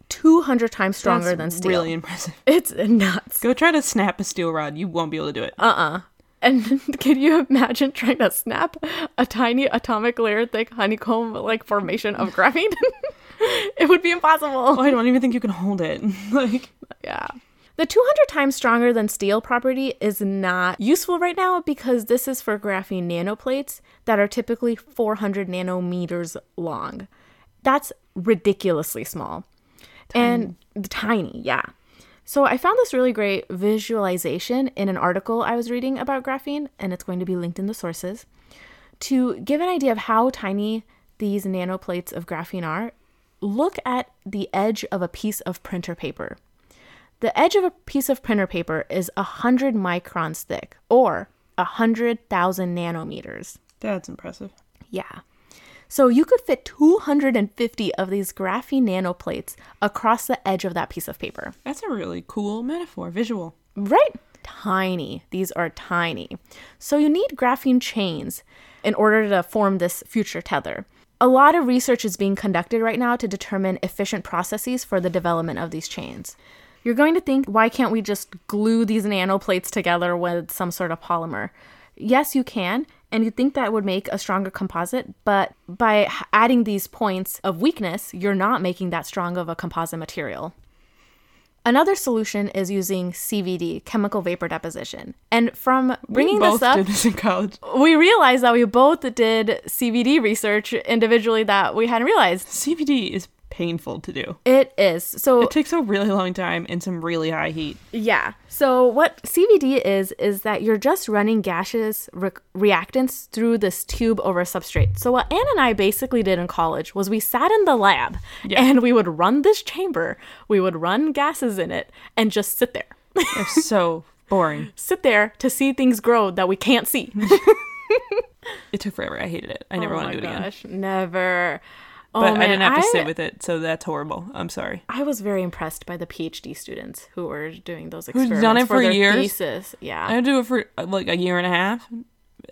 Speaker 2: 200 times stronger
Speaker 1: That's
Speaker 2: than steel.
Speaker 1: Really impressive.
Speaker 2: It's nuts.
Speaker 1: Go try to snap a steel rod. You won't be able to do it.
Speaker 2: Uh. And can you imagine trying to snap a tiny atomic layer thick honeycomb like formation of graphene? it would be impossible.
Speaker 1: oh, I don't even think you can hold it. like,
Speaker 2: Yeah. The 200 times stronger than steel property is not useful right now because this is for graphene nanoplates that are typically 400 nanometers long. That's ridiculously small. And tiny, yeah. So I found this really great visualization in an article I was reading about graphene, and it's going to be linked in the sources to give an idea of how tiny these nanoplates of graphene are, look at the edge of a piece of printer paper. The edge of a piece of printer paper is 100 microns thick, or 100,000 nanometers.
Speaker 1: that's impressive.
Speaker 2: Yeah. So you could fit 250 of these graphene nanoplates across the edge of that piece of paper.
Speaker 1: That's a really cool metaphor, visual.
Speaker 2: Right? Tiny. These are tiny. So you need graphene chains in order to form this future tether. A lot of research is being conducted right now to determine efficient processes for the development of these chains. You're going to think, why can't we just glue these nanoplates together with some sort of polymer? Yes, you can, and you think that would make a stronger composite, but by h- adding these points of weakness, you're not making that strong of a composite material. Another solution is using CVD, chemical vapor deposition. And from bringing
Speaker 1: we both
Speaker 2: this up,
Speaker 1: did this in college.
Speaker 2: we realized that we both did CVD research individually that we hadn't realized.
Speaker 1: CVD is painful to do.
Speaker 2: It is. So,
Speaker 1: It takes a really long time and some really high heat.
Speaker 2: yeah. So, what CVD is, is that you're just running gaseous re- reactants through this tube over substrate. So, what Anne and I basically did in college was we sat in the lab
Speaker 1: Yeah.
Speaker 2: and we would run this chamber, we would run gases in it, and just sit there.
Speaker 1: It's so boring.
Speaker 2: sit there to see things grow that we can't see.
Speaker 1: It took forever. I hated it. I never want to do it again.
Speaker 2: Oh never. Oh,
Speaker 1: But I
Speaker 2: man,
Speaker 1: didn't have to sit with it, so that's horrible. I'm sorry.
Speaker 2: I was very impressed by the PhD students who were doing those
Speaker 1: done
Speaker 2: experiments
Speaker 1: it for
Speaker 2: their
Speaker 1: years?
Speaker 2: thesis.
Speaker 1: I
Speaker 2: Yeah.
Speaker 1: had to do it for uh, like a year and a half,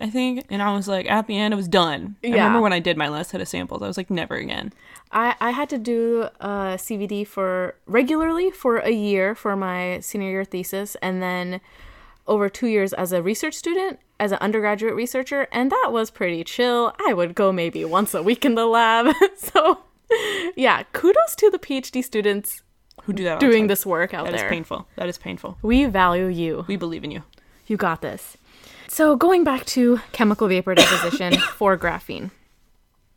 Speaker 1: I think. And I was like, at the end, it was done. I
Speaker 2: Yeah.
Speaker 1: remember when I did my last set of samples, I was like, never again.
Speaker 2: I, I had to do uh, CVD for regularly for a year for my senior year thesis and then over two years as a research student, as an undergraduate researcher, and that was pretty chill. I would go maybe once a week in the lab. so, yeah, kudos to the PhD students
Speaker 1: Who do that all the
Speaker 2: doing
Speaker 1: time.
Speaker 2: this work out
Speaker 1: That is
Speaker 2: there.
Speaker 1: painful. That is painful.
Speaker 2: We value you.
Speaker 1: We believe in you.
Speaker 2: You got this. So, going back to chemical vapor deposition for graphene.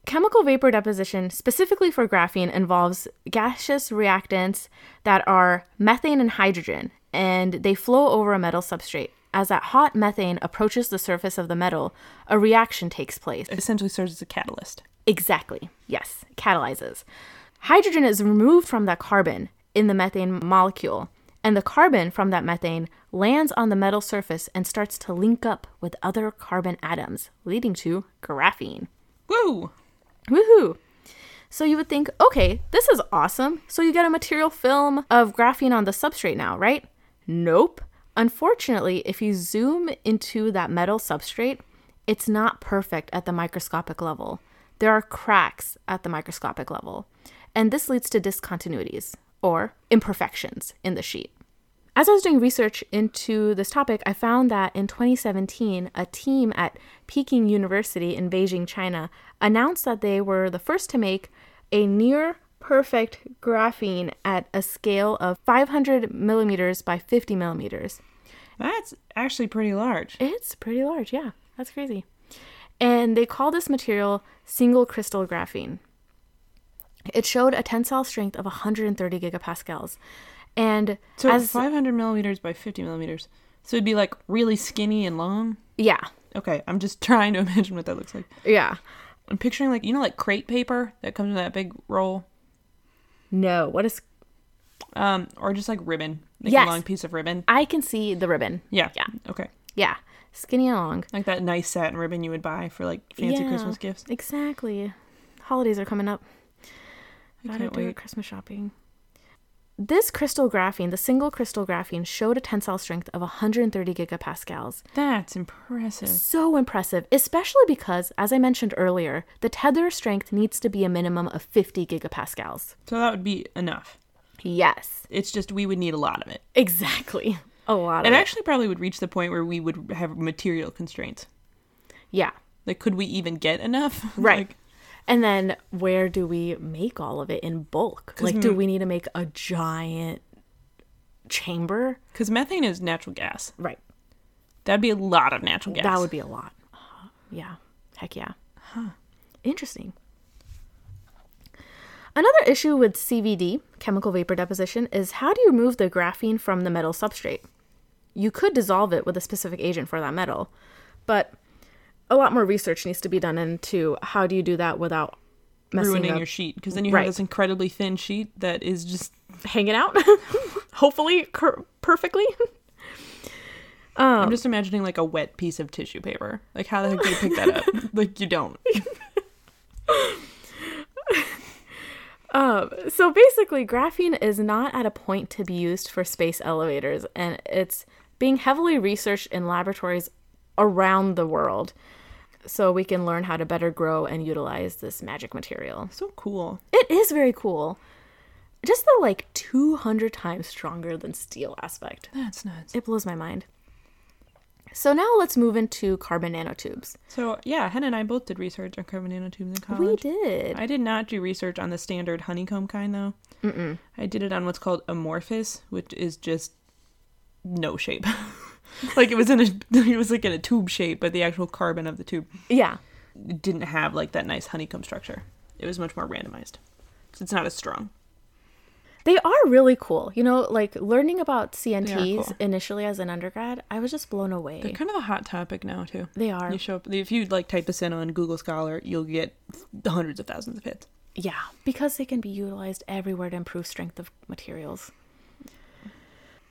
Speaker 2: Chemical vapor deposition, specifically for graphene, involves gaseous reactants that are methane and hydrogen, and they flow over a metal substrate. As that hot methane approaches the surface of the metal, a reaction takes place.
Speaker 1: It essentially serves as a catalyst.
Speaker 2: Exactly. Yes, catalyzes. Hydrogen is removed from that carbon in the methane molecule, and the carbon from that methane lands on the metal surface and starts to link up with other carbon atoms, leading to graphene.
Speaker 1: Woo!
Speaker 2: Woohoo! So you would think, okay, this is awesome. So you get a material film of graphene on the substrate now, right? Nope. Unfortunately, if you zoom into that metal substrate, it's not perfect at the microscopic level. There are cracks at the microscopic level, and this leads to discontinuities or imperfections in the sheet. As I was doing research into this topic, I found that in 2017, a team at Peking University in Beijing, China, announced that they were the first to make a near perfect graphene at a scale of 500 millimeters by 50 millimeters.
Speaker 1: That's actually pretty large.
Speaker 2: It's pretty large, yeah. That's crazy. And they call this material single crystal graphene. It showed a tensile strength of 130 gigapascals. And
Speaker 1: So
Speaker 2: as
Speaker 1: 500 millimeters by 50 millimeters. So it'd be like really skinny and long.
Speaker 2: yeah,
Speaker 1: Okay, I'm just trying to imagine what that looks like.
Speaker 2: yeah.
Speaker 1: I'm picturing like you know like crepe paper that comes in that big roll,
Speaker 2: No, what is
Speaker 1: um, or just like ribbon, like
Speaker 2: Yes.
Speaker 1: a long piece of ribbon.
Speaker 2: I can see the ribbon.
Speaker 1: Yeah.
Speaker 2: Yeah.
Speaker 1: Okay.
Speaker 2: Yeah. Skinny and long.
Speaker 1: Like that nice satin ribbon you would buy for like fancy
Speaker 2: Yeah,
Speaker 1: Christmas gifts.
Speaker 2: Exactly. Holidays are coming up.
Speaker 1: I
Speaker 2: Gotta
Speaker 1: can't
Speaker 2: do
Speaker 1: wait.
Speaker 2: Christmas shopping. This crystal graphene, the single crystal graphene, showed a tensile strength of 130 gigapascals.
Speaker 1: That's impressive.
Speaker 2: So impressive, especially because, as I mentioned earlier, the tether strength needs to be a minimum of 50 gigapascals.
Speaker 1: So that would be enough.
Speaker 2: Yes,
Speaker 1: It's just we would need a lot of it.
Speaker 2: exactly. A lot of
Speaker 1: It
Speaker 2: it.
Speaker 1: actually probably would reach the point where we would have material constraints.
Speaker 2: yeah.
Speaker 1: Like, could we even get enough?
Speaker 2: Right.
Speaker 1: Like,
Speaker 2: and then where do we make all of it in bulk? Like, do we need to make a giant chamber?
Speaker 1: Because methane is natural gas.
Speaker 2: Right.
Speaker 1: That'd be a lot of natural gas.
Speaker 2: That would be a lot. Uh, yeah. Heck yeah. Interesting. Another issue with CVD, chemical vapor deposition, is how do you remove the graphene from the metal substrate? You could dissolve it with a specific agent for that metal, but a lot more research needs to be done into how do you do that without messing
Speaker 1: ruining
Speaker 2: up
Speaker 1: your sheet. Because then you
Speaker 2: Right.
Speaker 1: have this incredibly thin sheet that is just
Speaker 2: hanging out, hopefully cur- perfectly.
Speaker 1: I'm
Speaker 2: Oh.
Speaker 1: just imagining like a wet piece of tissue paper. Like how the heck do you pick that up? like you don't.
Speaker 2: Um, So basically, graphene is not at a point to be used for space elevators, and it's being heavily researched in laboratories around the world so we can learn how to better grow and utilize this magic material.
Speaker 1: So cool.
Speaker 2: It is very cool. Just the like 200 times stronger than steel aspect.
Speaker 1: That's nuts.
Speaker 2: It blows my mind. So now let's move into carbon nanotubes.
Speaker 1: So yeah, Hen and I both did research on carbon nanotubes in college.
Speaker 2: We did.
Speaker 1: I did not do research on the standard honeycomb kind though. Mm-mm. I did it on what's called amorphous, which is just no shape. like it was in a it was like in a tube shape, but the actual carbon of the tube
Speaker 2: Yeah.
Speaker 1: didn't have like that nice honeycomb structure. It was much more randomized. So it's not as strong.
Speaker 2: They are really cool. You know, like learning about CNTs
Speaker 1: cool.
Speaker 2: initially as an undergrad, I was just blown away.
Speaker 1: They're kind of a hot topic now too.
Speaker 2: They are.
Speaker 1: You show up if you like type this in on Google Scholar, you'll get hundreds of thousands of hits.
Speaker 2: yeah, because they can be utilized everywhere to improve strength of materials.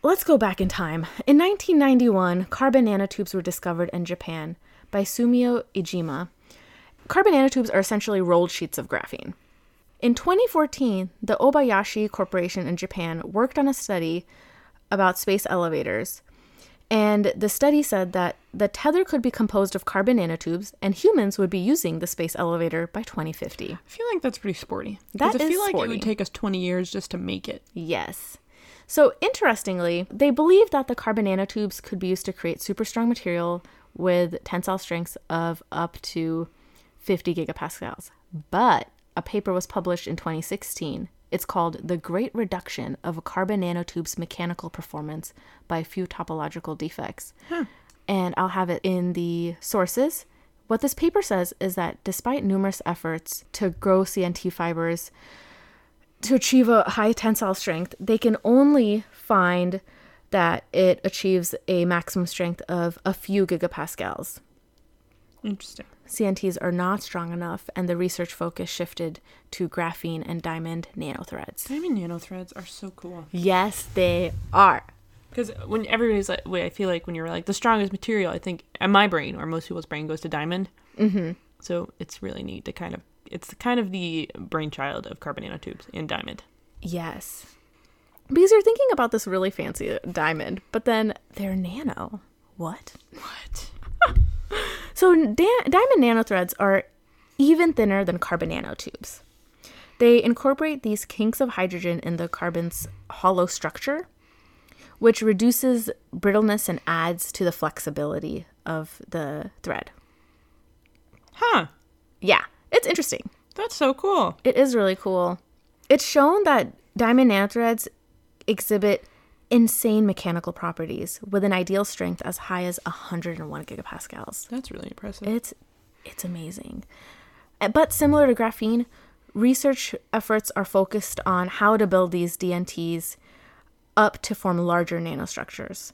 Speaker 2: Let's go back in time. In 1991, carbon nanotubes were discovered in Japan by Sumio Ijima. Carbon nanotubes are essentially rolled sheets of graphene. In 2014, the Obayashi Corporation in Japan worked on a study about space elevators. And the study said that the tether could be composed of carbon nanotubes, and humans would be using the space elevator by 2050.
Speaker 1: I feel like that's pretty sporty. 'Cause
Speaker 2: That
Speaker 1: I
Speaker 2: is
Speaker 1: feel like it
Speaker 2: sporty.
Speaker 1: would take us 20 years just to make it.
Speaker 2: Yes. So, interestingly, they believed that the carbon nanotubes could be used to create super strong material with tensile strengths of up to 50 gigapascals. But a paper was published in 2016. It's called The Great Reduction of Carbon Nanotube's Mechanical Performance by a Few Topological Defects. And I'll have it in the sources. What this paper says is that despite numerous efforts to grow CNT fibers, to achieve a high tensile strength, they can only find that it achieves a maximum strength of a few gigapascals.
Speaker 1: Interesting.
Speaker 2: CNTs are not strong enough, and the research focus shifted to graphene and diamond nanothreads.
Speaker 1: Diamond nanothreads are so cool.
Speaker 2: Yes, they are.
Speaker 1: Because when everybody's like, wait, I feel like when you're like the strongest material, I think in my brain or most people's brain goes to diamond. Mm-hmm. So it's really neat to kind of it's kind of the brainchild of carbon nanotubes and diamond.
Speaker 2: Yes. Because you're thinking about this really fancy diamond, but then they're nano. What?
Speaker 1: What?
Speaker 2: So da- diamond nanothreads are even thinner than carbon nanotubes. They incorporate these kinks of hydrogen in the carbon's hollow structure, which reduces brittleness and adds to the flexibility of the thread.
Speaker 1: Huh.
Speaker 2: Yeah, it's interesting.
Speaker 1: That's so cool.
Speaker 2: It is really cool. It's shown that diamond nanothreads exhibit insane mechanical properties with an ideal strength as high as 101 gigapascals.
Speaker 1: That's really impressive.
Speaker 2: It's it's amazing. Uh, But similar to graphene, research efforts are focused on how to build these DNTs up to form larger nanostructures.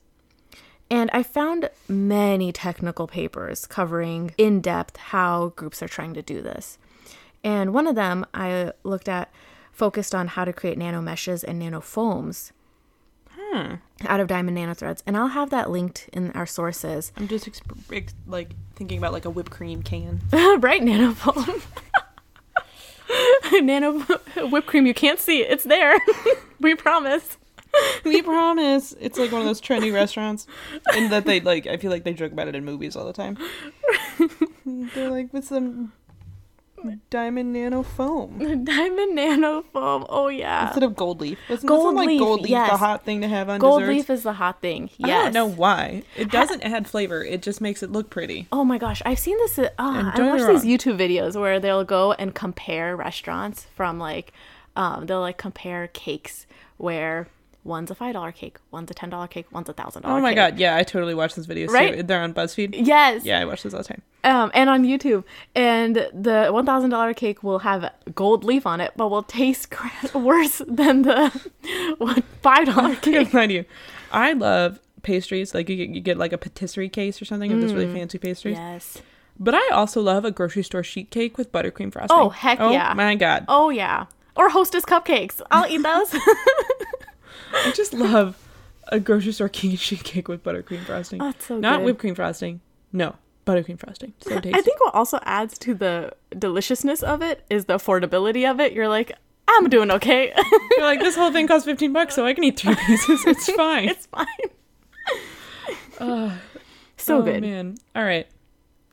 Speaker 2: And I found many technical papers covering in depth how groups are trying to do this. And one of them I looked at focused on how to create nano meshes and nano foams out of diamond nanothreads. And I'll have that linked in our sources.
Speaker 1: I'm just exp- ex- like thinking about like a whipped cream can.
Speaker 2: right, nano foam. nano whipped cream, you can't see it. It's there. we promise.
Speaker 1: we promise. It's like one of those trendy restaurants, and that they like. I feel like they joke about it in movies all the time. They're like with some diamond nano foam
Speaker 2: Diamond nano foam. Oh yeah.
Speaker 1: instead of gold leaf. Wasn't
Speaker 2: Gold
Speaker 1: gold like
Speaker 2: leaf,
Speaker 1: gold leaf the
Speaker 2: yes.
Speaker 1: hot thing to have on
Speaker 2: Gold
Speaker 1: desserts?
Speaker 2: leaf is the hot thing.
Speaker 1: I
Speaker 2: Yes.
Speaker 1: don't know why. It doesn't add flavor. It just makes it look pretty.
Speaker 2: Oh my gosh, I've seen this. Uh,
Speaker 1: And
Speaker 2: I
Speaker 1: don't
Speaker 2: watch
Speaker 1: get me
Speaker 2: these YouTube videos where they'll go and compare restaurants from like, um, they'll like compare cakes where one's a five dollar cake, one's a ten dollar cake, one's a thousand dollar.
Speaker 1: Oh my god! Yeah, I totally watch those videos. Too.
Speaker 2: Right?
Speaker 1: They're on BuzzFeed.
Speaker 2: Yes.
Speaker 1: Yeah, I watch those all the time.
Speaker 2: Um, and on YouTube, and the one thousand dollar cake will have gold leaf on it, but will taste cra- worse than the one five dollar cake.
Speaker 1: Mind you, I love pastries. Like you get, you get like a patisserie case or something of this
Speaker 2: Mm.
Speaker 1: really fancy pastries.
Speaker 2: yes.
Speaker 1: But I also love a grocery store sheet cake with buttercream frosting.
Speaker 2: Oh, heck yeah.
Speaker 1: my god.
Speaker 2: Oh yeah. Or Hostess cupcakes. I'll eat those.
Speaker 1: I just love a grocery store king sheet cake with buttercream frosting.
Speaker 2: Oh, it's so
Speaker 1: Not
Speaker 2: good.
Speaker 1: whipped cream frosting. No, buttercream frosting. So tasty.
Speaker 2: I think what also adds to the deliciousness of it is the affordability of it. You're like, I'm doing okay.
Speaker 1: You're like, this whole thing costs 15 bucks, so I can eat three pieces. It's fine.
Speaker 2: it's fine. so
Speaker 1: oh,
Speaker 2: good.
Speaker 1: man. All right.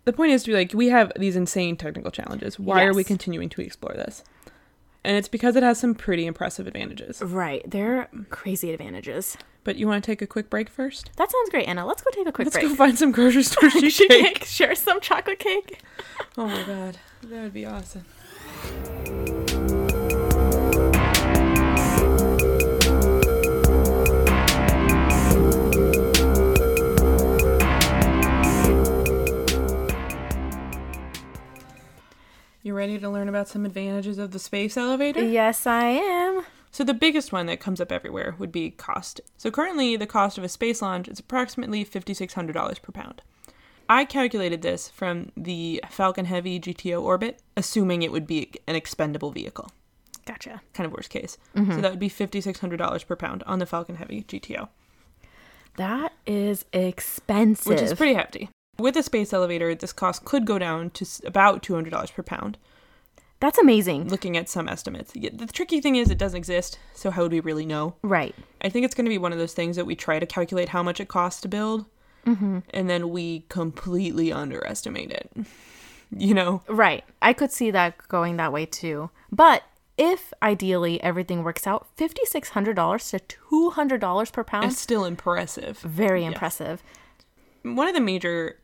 Speaker 1: The point is to be like, we have these insane technical challenges. Why are we
Speaker 2: Yes.
Speaker 1: continuing to explore this? And it's because it has some pretty impressive advantages.
Speaker 2: Right. There are crazy advantages.
Speaker 1: But you want to take a quick break first?
Speaker 2: That sounds great, Anna. Let's go take a quick
Speaker 1: Let's
Speaker 2: break.
Speaker 1: go find some grocery store sheet
Speaker 2: Should
Speaker 1: cake.
Speaker 2: we share some chocolate cake.
Speaker 1: Oh my god, that would be awesome. You ready to learn about some advantages of the space elevator?
Speaker 2: Yes, I am.
Speaker 1: So the biggest one that comes up everywhere would be cost. So currently, the cost of a space launch is approximately $5,600 per pound. I calculated this from the Falcon Heavy GTO orbit, assuming it would be an expendable vehicle,
Speaker 2: Gotcha.
Speaker 1: kind of worst case. So that would be $5,600 per pound on the Falcon Heavy GTO,
Speaker 2: That is expensive.
Speaker 1: which is pretty hefty. With a space elevator, this cost could go down to s- about $200 per pound,
Speaker 2: That's amazing.
Speaker 1: looking at some estimates. Y- The tricky thing is it doesn't exist, so how would we really know?
Speaker 2: Right.
Speaker 1: I think it's going to be one of those things that we try to calculate how much it costs to build, and then we completely underestimate it. You know,
Speaker 2: Right. I could see that going that way too. But if ideally everything works out, $5,600 to $200 per pound.
Speaker 1: It's still impressive.
Speaker 2: Very impressive.
Speaker 1: One of the major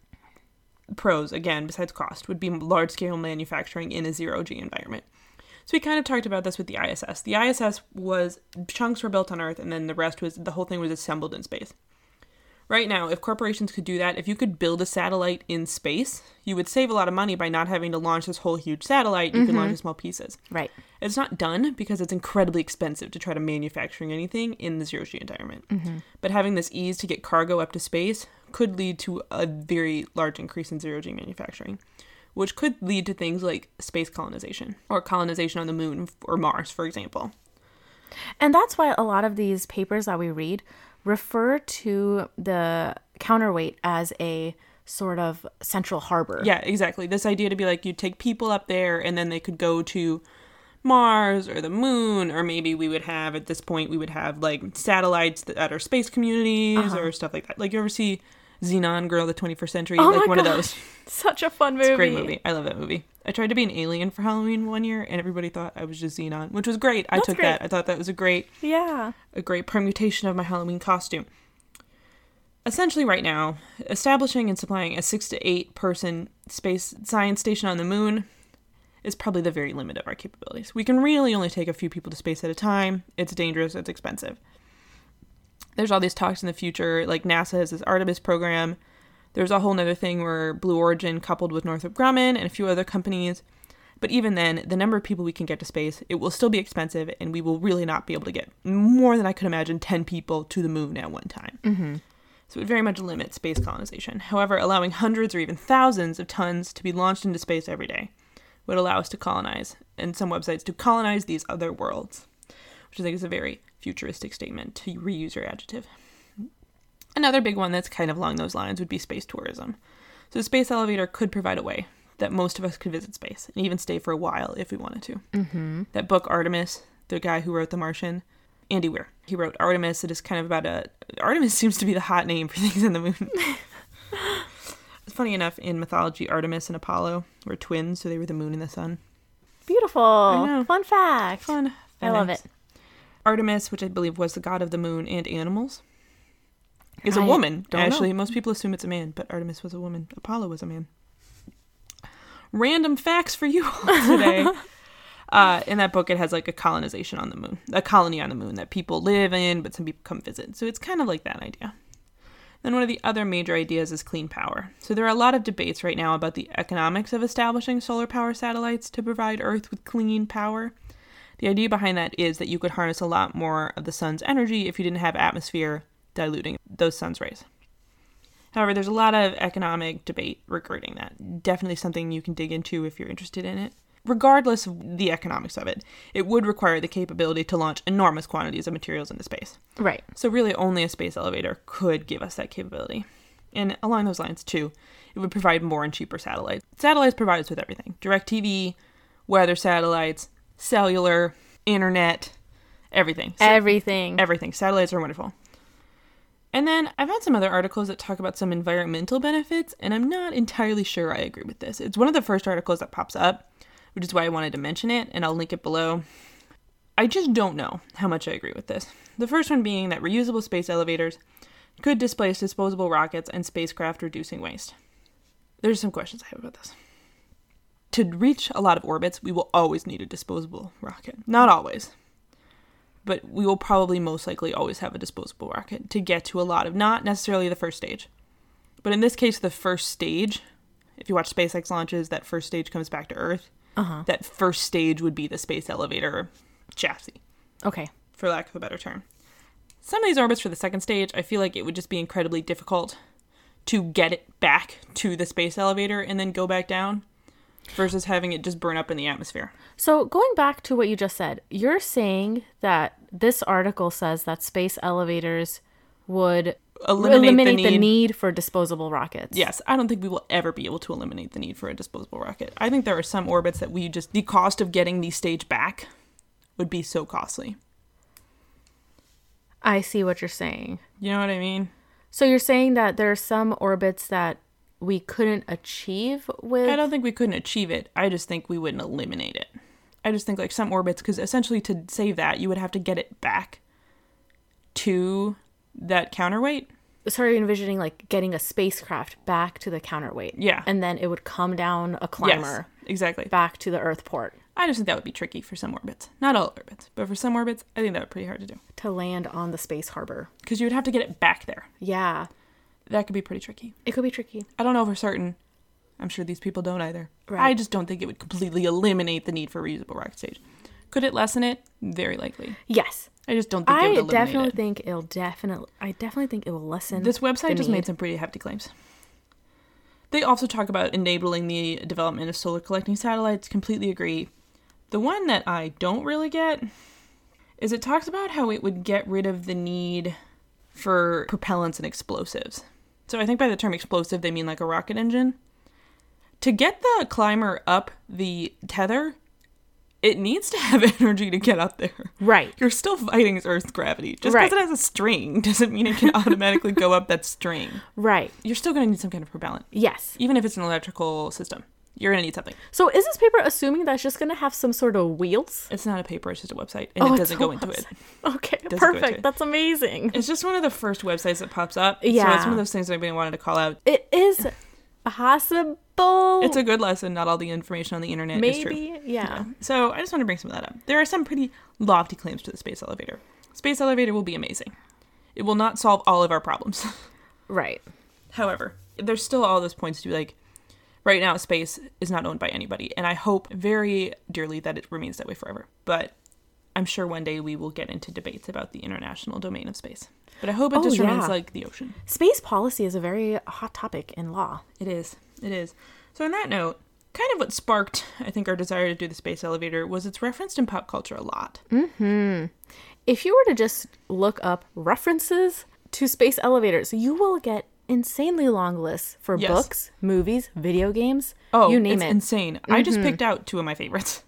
Speaker 1: pros, again, besides cost, would be large scale manufacturing in a zero G environment. So we kind of talked about this with the ISS. The ISS was chunks were built on Earth and then the rest was the whole thing was assembled in space. Right now, if corporations could do that, if you could build a satellite in space, you would save a lot of money by not having to launch this whole huge satellite. You can launch in small pieces.
Speaker 2: Right.
Speaker 1: It's not done because it's incredibly expensive to try to manufacturing anything in the zero G environment. But having this ease to get cargo up to space could lead to a very large increase in zero G manufacturing, which could lead to things like space colonization or colonization on the moon or Mars, for example.
Speaker 2: And that's why a lot of these papers that we read refer to the counterweight as a sort of central harbor.
Speaker 1: Yeah, exactly. This idea to be like you take people up there and then they could go to Mars or the moon, or maybe we would have at this point we would have like satellites that are space communities or stuff like that. Like you ever see Xenon Girl of the 21st Century?
Speaker 2: Uh-huh. Oh
Speaker 1: like
Speaker 2: my
Speaker 1: one of
Speaker 2: gosh.
Speaker 1: those.
Speaker 2: Such a fun movie.
Speaker 1: Great movie. I love that movie. I tried to be an alien for Halloween one year and everybody thought I was just Xenon, which was great. I
Speaker 2: That's
Speaker 1: took
Speaker 2: great.
Speaker 1: that. I thought that was a great
Speaker 2: Yeah.
Speaker 1: a great permutation of my Halloween costume. Essentially, right now, establishing and supplying a six to eight person space science station on the moon is probably the very limit of our capabilities. We can really only take a few people to space at a time. It's dangerous, it's expensive. There's all these talks in the future, like NASA has this Artemis program. There's a whole nother thing where Blue Origin coupled with Northrop Grumman and a few other companies. But even then, the number of people we can get to space, it will still be expensive, and we will really not be able to get more than I could imagine 10 people to the moon at one time. Mm-hmm. So it would very much limit space colonization. However, allowing hundreds or even thousands of tons to be launched into space every day would allow us to colonize, and some websites to colonize these other worlds, which I think is a very futuristic statement to reuse your adjective. Another big one that's kind of along those lines would be space tourism. So, the space elevator could provide a way that most of us could visit space and even stay for a while if we wanted to. Mm-hmm. That book, Artemis, the guy who wrote The Martian, Andy Weir, he wrote Artemis. It is kind of about a. Artemis seems to be the hot name for things on the moon. it's funny enough, in mythology, Artemis and Apollo were twins, so they were the moon and the sun. know.
Speaker 2: Beautiful. Fun fact.
Speaker 1: Fun.
Speaker 2: I love it.
Speaker 1: Artemis, which I believe was the god of the moon and animals, is a
Speaker 2: I
Speaker 1: woman.
Speaker 2: don't know.
Speaker 1: actually, most people assume it's a man, but Artemis was a woman. Apollo was a man. Random facts for you all today. uh, in that book, it has like a colonization on the moon, a colony on the moon that people live in, but some people come visit. So it's kind of like that idea. Then one of the other major ideas is clean power. So there are a lot of debates right now about the economics of establishing solar power satellites to provide Earth with clean power. The idea behind that is that you could harness a lot more of the sun's energy if you didn't have atmosphere diluting those sun's rays. However, there's a lot of economic debate regarding that. Definitely something you can dig into if you're interested in it. Regardless of the economics of it, it would require the capability to launch enormous quantities of materials into space.
Speaker 2: Right.
Speaker 1: So really only a space elevator could give us that capability. And along those lines too, it would provide more and cheaper satellites. Satellites provide us with everything. Direct TV, weather satellites, cellular, internet, everything. So-
Speaker 2: Everything.
Speaker 1: everything. Satellites are wonderful. And then I found some other articles that talk about some environmental benefits, and I'm not entirely sure I agree with this. It's one of the first articles that pops up, which is why I wanted to mention it, and I'll link it below. I just don't know how much I agree with this. The first one being that reusable space elevators could displace disposable rockets and spacecraft, reducing waste. There's some questions I have about this. To reach a lot of orbits, we will always need a disposable rocket. Not always, but we will probably most likely always have a disposable rocket to get to a lot of not necessarily the first stage. But in this case, the first stage, if you watch SpaceX launches, that first stage comes back to Earth.
Speaker 2: Uh-huh.
Speaker 1: That first stage would be the space elevator chassis,
Speaker 2: Okay.
Speaker 1: for lack of a better term. Some of these orbits for the second stage, I feel like it would just be incredibly difficult to get it back to the space elevator and then go back down versus having it just burn up in the atmosphere.
Speaker 2: So, going back to what you just said, you're saying that this article says that space elevators would
Speaker 1: Eliminate the
Speaker 2: the,
Speaker 1: need-
Speaker 2: need for disposable rockets.
Speaker 1: Yes, I don't think we will ever be able to eliminate the need for a disposable rocket. I think there are some orbits that we just the cost of getting the stage back would be so costly.
Speaker 2: I see what you're saying.
Speaker 1: You know what I mean?
Speaker 2: So, you're saying that there are some orbits that we couldn't achieve with.
Speaker 1: I don't think we couldn't achieve it. I just think we wouldn't eliminate it. I just think like some orbits, because essentially to save that, you would have to get it back to that counterweight.
Speaker 2: So are you envisioning like getting a spacecraft back to the counterweight?
Speaker 1: Yeah.
Speaker 2: And then it would come down a climber
Speaker 1: Yes, exactly.
Speaker 2: back to the Earth port
Speaker 1: I just think that would be tricky for some orbits. Not all orbits, but for some orbits, I think that would be pretty hard to do.
Speaker 2: to land on the space harbor.
Speaker 1: Because you would have to get it back there.
Speaker 2: Yeah.
Speaker 1: That could be pretty tricky.
Speaker 2: It could be tricky.
Speaker 1: I don't know for certain. I'm sure these people don't either.
Speaker 2: Right.
Speaker 1: I just don't think it would completely eliminate the need for reusable rocket stage. Could it lessen it? Very likely.
Speaker 2: Yes.
Speaker 1: I just don't think it would
Speaker 2: I
Speaker 1: eliminate
Speaker 2: definitely
Speaker 1: it.
Speaker 2: think it'll definitely I definitely think it will lessen
Speaker 1: This website
Speaker 2: the
Speaker 1: just
Speaker 2: need.
Speaker 1: made some pretty hefty claims. They also talk about enabling the development of solar collecting satellites. Completely agree. The one that I don't really get is it talks about how it would get rid of the need for propellants and explosives. So I think by the term explosive, they mean like a rocket engine. To get the climber up the tether, it needs to have energy to get up there
Speaker 2: Right.
Speaker 1: you're still fighting Earth's gravity. Just because
Speaker 2: Right.
Speaker 1: it has a string doesn't mean it can automatically go up that string.
Speaker 2: Right.
Speaker 1: You're still going to need some kind of propellant,
Speaker 2: Yes.
Speaker 1: even if it's an electrical system. You're going to need something.
Speaker 2: So is this paper assuming that it's just going to have some sort of wheels?
Speaker 1: It's not a paper; it's just a website, and
Speaker 2: Oh,
Speaker 1: it
Speaker 2: it's
Speaker 1: doesn't
Speaker 2: a
Speaker 1: go into it.
Speaker 2: website. Okay,
Speaker 1: go into
Speaker 2: perfect.
Speaker 1: it.
Speaker 2: That's amazing.
Speaker 1: It's just one of the first websites that pops up. so
Speaker 2: Yeah.
Speaker 1: it's one of those things that I've been wanted to call out.
Speaker 2: It is possible.
Speaker 1: It's a good lesson. Not all the information on the internet is true.
Speaker 2: maybe. yeah.
Speaker 1: So I just want to bring some of that up. There are some pretty lofty claims to the space elevator. Space elevator will be amazing. It will not solve all of our problems.
Speaker 2: Right.
Speaker 1: However, there's still all those points to be like, right now, space is not owned by anybody, and I hope very dearly that it remains that way forever. But I'm sure one day we will get into debates about the international domain of space. But I hope it
Speaker 2: Oh,
Speaker 1: just remains
Speaker 2: yeah.
Speaker 1: like the ocean.
Speaker 2: Space policy is a very hot topic in law.
Speaker 1: It is. It is. So, on that note, kind of what sparked, I think, our desire to do the space elevator was it's referenced in pop culture a lot.
Speaker 2: Mm, If you were to just look up references to space elevators, you will get insanely long lists for
Speaker 1: Yes.
Speaker 2: books, movies, video games.
Speaker 1: Oh,
Speaker 2: you name
Speaker 1: it's
Speaker 2: it. Mm-hmm.
Speaker 1: insane. I just picked out two of my favorites.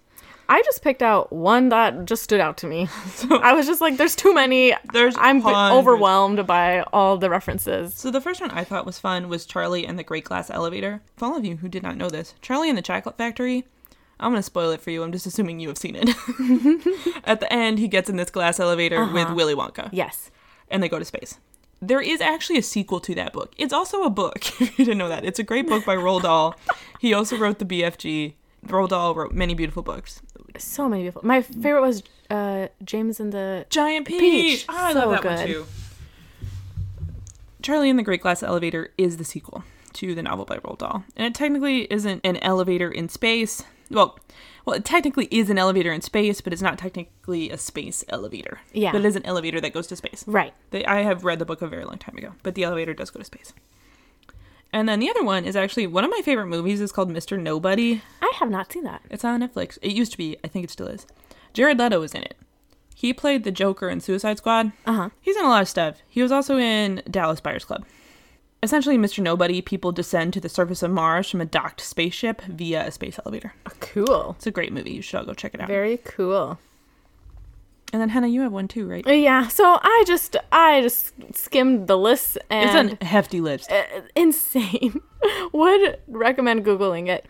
Speaker 2: I just picked out one that just stood out to me. I was just like, "There's too many.
Speaker 1: There's
Speaker 2: I'm b-
Speaker 1: hundreds.
Speaker 2: overwhelmed by all the references."
Speaker 1: So the first one I thought was fun was Charlie and the Great Glass Elevator. For all of you who did not know this, Charlie and the Chocolate Factory. I'm gonna spoil it for you. I'm just assuming you have seen it. At the end, he gets in this glass elevator with Willy Wonka,
Speaker 2: Yes,
Speaker 1: and they go to space. There is actually a sequel to that book. It's also a book. If you didn't know that, it's a great book by Roald Dahl. he also wrote the BFG. Roald Dahl wrote many beautiful books.
Speaker 2: so many people. My favorite was uh, James and the
Speaker 1: Giant Peach.
Speaker 2: Peach.
Speaker 1: Ah, I
Speaker 2: So
Speaker 1: love that one
Speaker 2: good.
Speaker 1: too. Charlie and the Great Glass Elevator is the sequel to the novel by Roald Dahl, and it technically isn't an elevator in space. Well, well, it technically is an elevator in space, but it's not technically a space elevator.
Speaker 2: Yeah.
Speaker 1: but it is an elevator that goes to space.
Speaker 2: right.
Speaker 1: They, I have read the book a very long time ago, but the elevator does go to space. And then the other one is actually one of my favorite movies is called Mr. Nobody.
Speaker 2: I have not seen that.
Speaker 1: It's on Netflix. It used to be. I think it still is. Jared Leto was in it. He played the Joker in Suicide Squad.
Speaker 2: Uh huh.
Speaker 1: He's in a lot of stuff. He was also in Dallas Buyers Club. Essentially, Mr. Nobody, people descend to the surface of Mars from a docked spaceship via a space elevator.
Speaker 2: Cool.
Speaker 1: It's a great movie. You should all go check it out.
Speaker 2: Very cool.
Speaker 1: and then, Hannah, you have one too, right?
Speaker 2: Yeah. So I just I just skimmed the list
Speaker 1: It's
Speaker 2: and
Speaker 1: a hefty list.
Speaker 2: uh, insane. Would recommend googling it.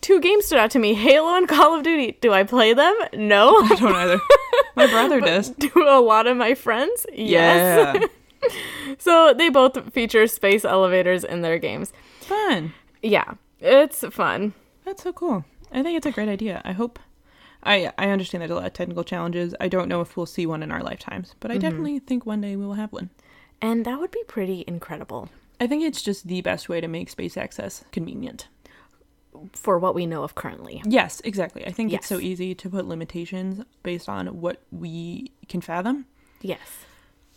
Speaker 2: Two games stood out to me: Halo and Call of Duty. Do I play them? No.
Speaker 1: I don't either. My brother does.
Speaker 2: Do a lot of my friends? Yes.
Speaker 1: Yeah.
Speaker 2: So they both feature space elevators in their games.
Speaker 1: Fun.
Speaker 2: Yeah, it's fun.
Speaker 1: That's so cool. I think it's a great idea. I hope. I I understand there's a lot of technical challenges. I don't know if we'll see one in our lifetimes, but I
Speaker 2: Mm-hmm.
Speaker 1: definitely think one day we will have one.
Speaker 2: And that would be pretty incredible
Speaker 1: I think it's just the best way to make space access convenient.
Speaker 2: for what we know of currently.
Speaker 1: Yes, exactly. I think it's so
Speaker 2: Yes.
Speaker 1: easy to put limitations based on what we can fathom.
Speaker 2: Yes.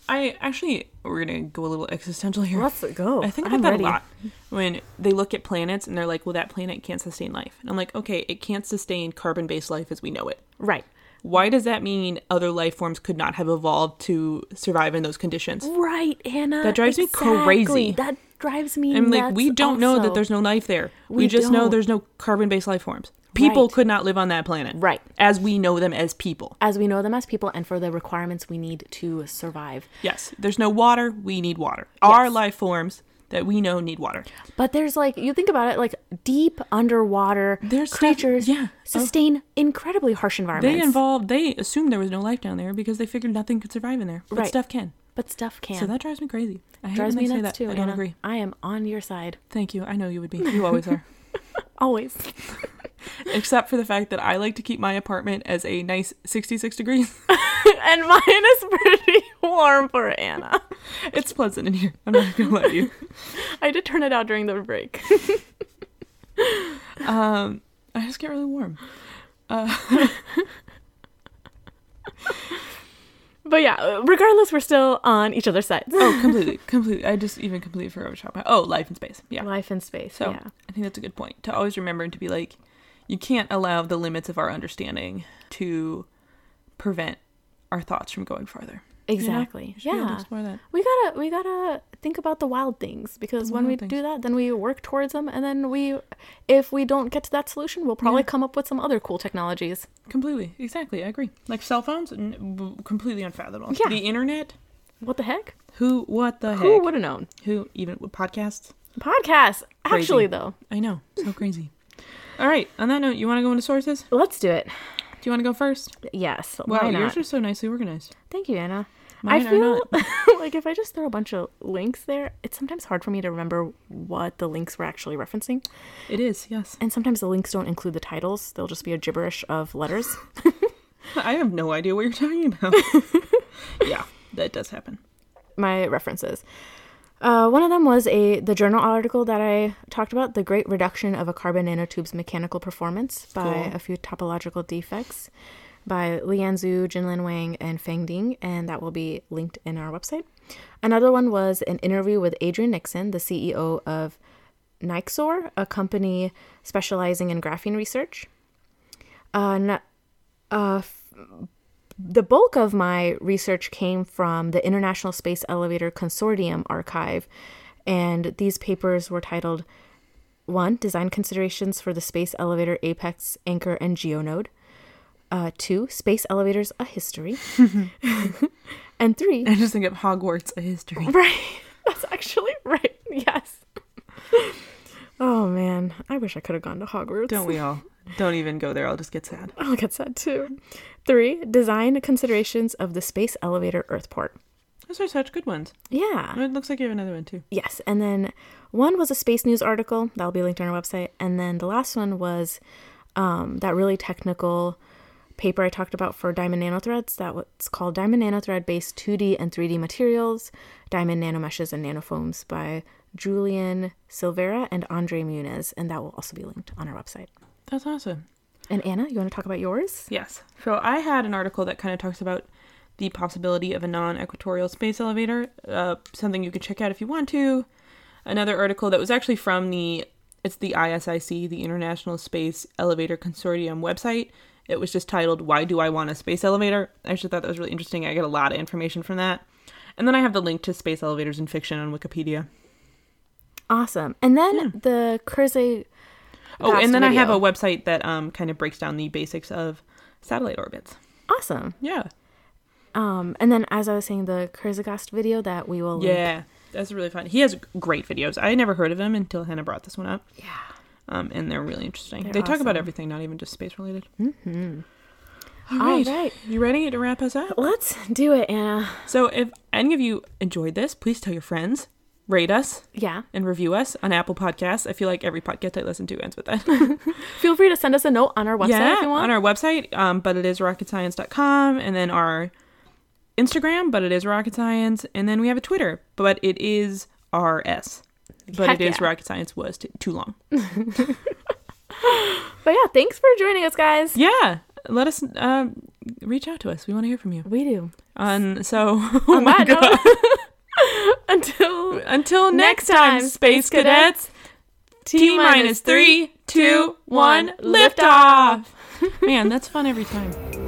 Speaker 1: I actually, we're gonna go a little existential here.
Speaker 2: Let's go.
Speaker 1: I think about
Speaker 2: I'm
Speaker 1: that
Speaker 2: ready.
Speaker 1: a lot when they look at planets and they're like, "Well, that planet can't sustain life," and I'm like, "Okay, it can't sustain carbon-based life as we know it.
Speaker 2: Right.
Speaker 1: Why does that mean other life forms could not have evolved to survive in those conditions?"
Speaker 2: Right, Anna.
Speaker 1: That drives me crazy.
Speaker 2: That drives me
Speaker 1: I'm like,
Speaker 2: nuts
Speaker 1: we don't know that
Speaker 2: also.
Speaker 1: there's no life there. We,
Speaker 2: We
Speaker 1: just know
Speaker 2: don't.
Speaker 1: there's no carbon-based life forms. People
Speaker 2: Right.
Speaker 1: could not live on that planet,
Speaker 2: Right.
Speaker 1: As we know them as people.
Speaker 2: As we know them as people and for the requirements we need to survive.
Speaker 1: Yes, there's no water. We need water. Our
Speaker 2: Yes.
Speaker 1: life forms that we know need water.
Speaker 2: But there's like you think about it, like deep underwater
Speaker 1: There's stuff-
Speaker 2: creatures
Speaker 1: yeah.
Speaker 2: sustain incredibly harsh
Speaker 1: They
Speaker 2: environments.
Speaker 1: involved. They assumed there was no life down there because they figured nothing could survive in there. But
Speaker 2: Right.
Speaker 1: stuff can.
Speaker 2: but stuff can
Speaker 1: So that drives me crazy. I hate
Speaker 2: drives
Speaker 1: when
Speaker 2: me
Speaker 1: they say
Speaker 2: nuts
Speaker 1: that.
Speaker 2: too.
Speaker 1: I don't
Speaker 2: Anna.
Speaker 1: agree.
Speaker 2: I am on your side
Speaker 1: Thank you. I know you would be. You always are.
Speaker 2: always.
Speaker 1: Except for the fact that I like to keep my apartment as a nice 66 degrees.
Speaker 2: and mine is pretty warm for Anna.
Speaker 1: It's pleasant in here. I'm not gonna lie to you.
Speaker 2: I did turn it out during the break.
Speaker 1: Um, I just get really warm. Uh,
Speaker 2: But yeah, regardless, we're still on each other's sides.
Speaker 1: oh, completely, completely. I just even completely forgot what shop. Oh, life and space. Yeah.
Speaker 2: Life and space.
Speaker 1: So
Speaker 2: yeah.
Speaker 1: I think that's a good point to always remember and to be like, you can't allow the limits of our understanding to prevent our thoughts from going farther. you know?
Speaker 2: Exactly.
Speaker 1: You should be able to
Speaker 2: Yeah.
Speaker 1: explore that.
Speaker 2: We gotta we gotta think about the wild things because
Speaker 1: The
Speaker 2: when we
Speaker 1: wild things.
Speaker 2: do that, then we work towards them, and then we, if we don't get to that solution, we'll probably
Speaker 1: Yeah.
Speaker 2: come up with some other cool technologies.
Speaker 1: Completely. Exactly. I agree. Like cell phones, n- w- completely unfathomable.
Speaker 2: Yeah.
Speaker 1: The internet.
Speaker 2: What the heck?
Speaker 1: Who? What the
Speaker 2: Who
Speaker 1: heck?
Speaker 2: would have known?
Speaker 1: Who? Even with podcasts.
Speaker 2: Podcasts.
Speaker 1: Crazy.
Speaker 2: Actually, though,
Speaker 1: I know. So crazy. All right. On that note, you want to go into sources?
Speaker 2: let's do it.
Speaker 1: Do you want to go first?
Speaker 2: Yes.
Speaker 1: Wow,
Speaker 2: why
Speaker 1: yours
Speaker 2: not?
Speaker 1: are so nicely organized.
Speaker 2: Thank you, Anna.
Speaker 1: Mine
Speaker 2: I
Speaker 1: are
Speaker 2: feel like if I just throw a bunch of links there, it's sometimes hard for me to remember what the links were actually referencing.
Speaker 1: It is. Yes.
Speaker 2: And sometimes the links don't include the titles, they'll just be a gibberish of letters.
Speaker 1: I have no idea what you're talking about. yeah, that does happen.
Speaker 2: My references. Uh, one of them was a the journal article that I talked about, The Great Reduction of a Carbon Nanotube's Mechanical Performance by
Speaker 1: Cool.
Speaker 2: a Few Topological Defects by Lian Zhu, Jinlin Wang, and Feng Ding, and that will be linked in our website. Another one was an interview with Adrian Nixon, the CEO of Nixor, a company specializing in graphene research. Uh, n- uh, f- the bulk of my research came from the International Space Elevator Consortium archive, and these papers were titled one, design considerations for the space elevator apex, anchor, and geonode. Uh, two, space elevators a history. and three,
Speaker 1: I just think of Hogwarts a history.
Speaker 2: Right. That's actually right. Yes. oh man, I wish I could have gone to Hogwarts.
Speaker 1: Don't we all? Don't even go there. I'll just get sad.
Speaker 2: I'll get that too. Three, design considerations of the space elevator Earthport.
Speaker 1: Those are such good ones.
Speaker 2: Yeah.
Speaker 1: Oh, It looks like you have another one too.
Speaker 2: Yes. And then one was a space news article that'll be linked on our website. And then the last one was um, that really technical paper I talked about for diamond nanothreads. That was called Diamond Nanothread Based 2D and 3D Materials, Diamond Nanomeshes and Nanofoams by Julian Silvera and Andre Muniz. And that will also be linked on our website.
Speaker 1: That's awesome.
Speaker 2: And Anna, you want to talk about yours?
Speaker 1: Yes. So I had an article that kind of talks about the possibility of a non-equatorial space elevator, uh, something you could check out if you want to. Another article that was actually from the it's the ISIC, the International Space Elevator Consortium website. It was just titled "Why Do I Want a Space Elevator?" I actually thought that was really interesting. I get a lot of information from that, and then I have the link to space elevators in fiction on Wikipedia.
Speaker 2: Awesome. And then the Kurze.
Speaker 1: Oh,
Speaker 2: Vast
Speaker 1: and then I have
Speaker 2: video.
Speaker 1: a website that um, kind of breaks down the basics of satellite orbits.
Speaker 2: Awesome.
Speaker 1: Yeah.
Speaker 2: Um, and then, as I was saying, the Kurzegast video that we will link
Speaker 1: Yeah, that's really fun. He has great videos. I had never heard of him until Hannah brought this one up,
Speaker 2: Yeah.
Speaker 1: um, and they're really interesting.
Speaker 2: They're
Speaker 1: they talk about
Speaker 2: awesome.
Speaker 1: everything, not even just space related.
Speaker 2: Hmm. All
Speaker 1: right.
Speaker 2: right.
Speaker 1: You ready to wrap us up?
Speaker 2: Let's do it, Anna.
Speaker 1: So, if any of you enjoyed this, please tell your friends, rate us,
Speaker 2: Yeah.
Speaker 1: and review us on Apple Podcasts. I feel like every podcast I listen to ends with that.
Speaker 2: Feel free to send us a note on our website
Speaker 1: yeah,
Speaker 2: if you want.
Speaker 1: on our website, um, but it is rocketscience.com, and then our Instagram, but it is rocket science, and then we have a Twitter, but it is RS. But it
Speaker 2: Heck
Speaker 1: is
Speaker 2: yeah.
Speaker 1: rocket science was t- too long.
Speaker 2: but yeah, thanks for joining us, guys.
Speaker 1: yeah let us um, reach out to us we want to hear from you
Speaker 2: We do.
Speaker 1: um, so
Speaker 2: Oh
Speaker 1: my God.
Speaker 2: Until
Speaker 1: until next
Speaker 2: Next
Speaker 1: time
Speaker 2: time,
Speaker 1: space
Speaker 2: Space Cadets,
Speaker 1: cadets t minus three two one lift off man that's fun every time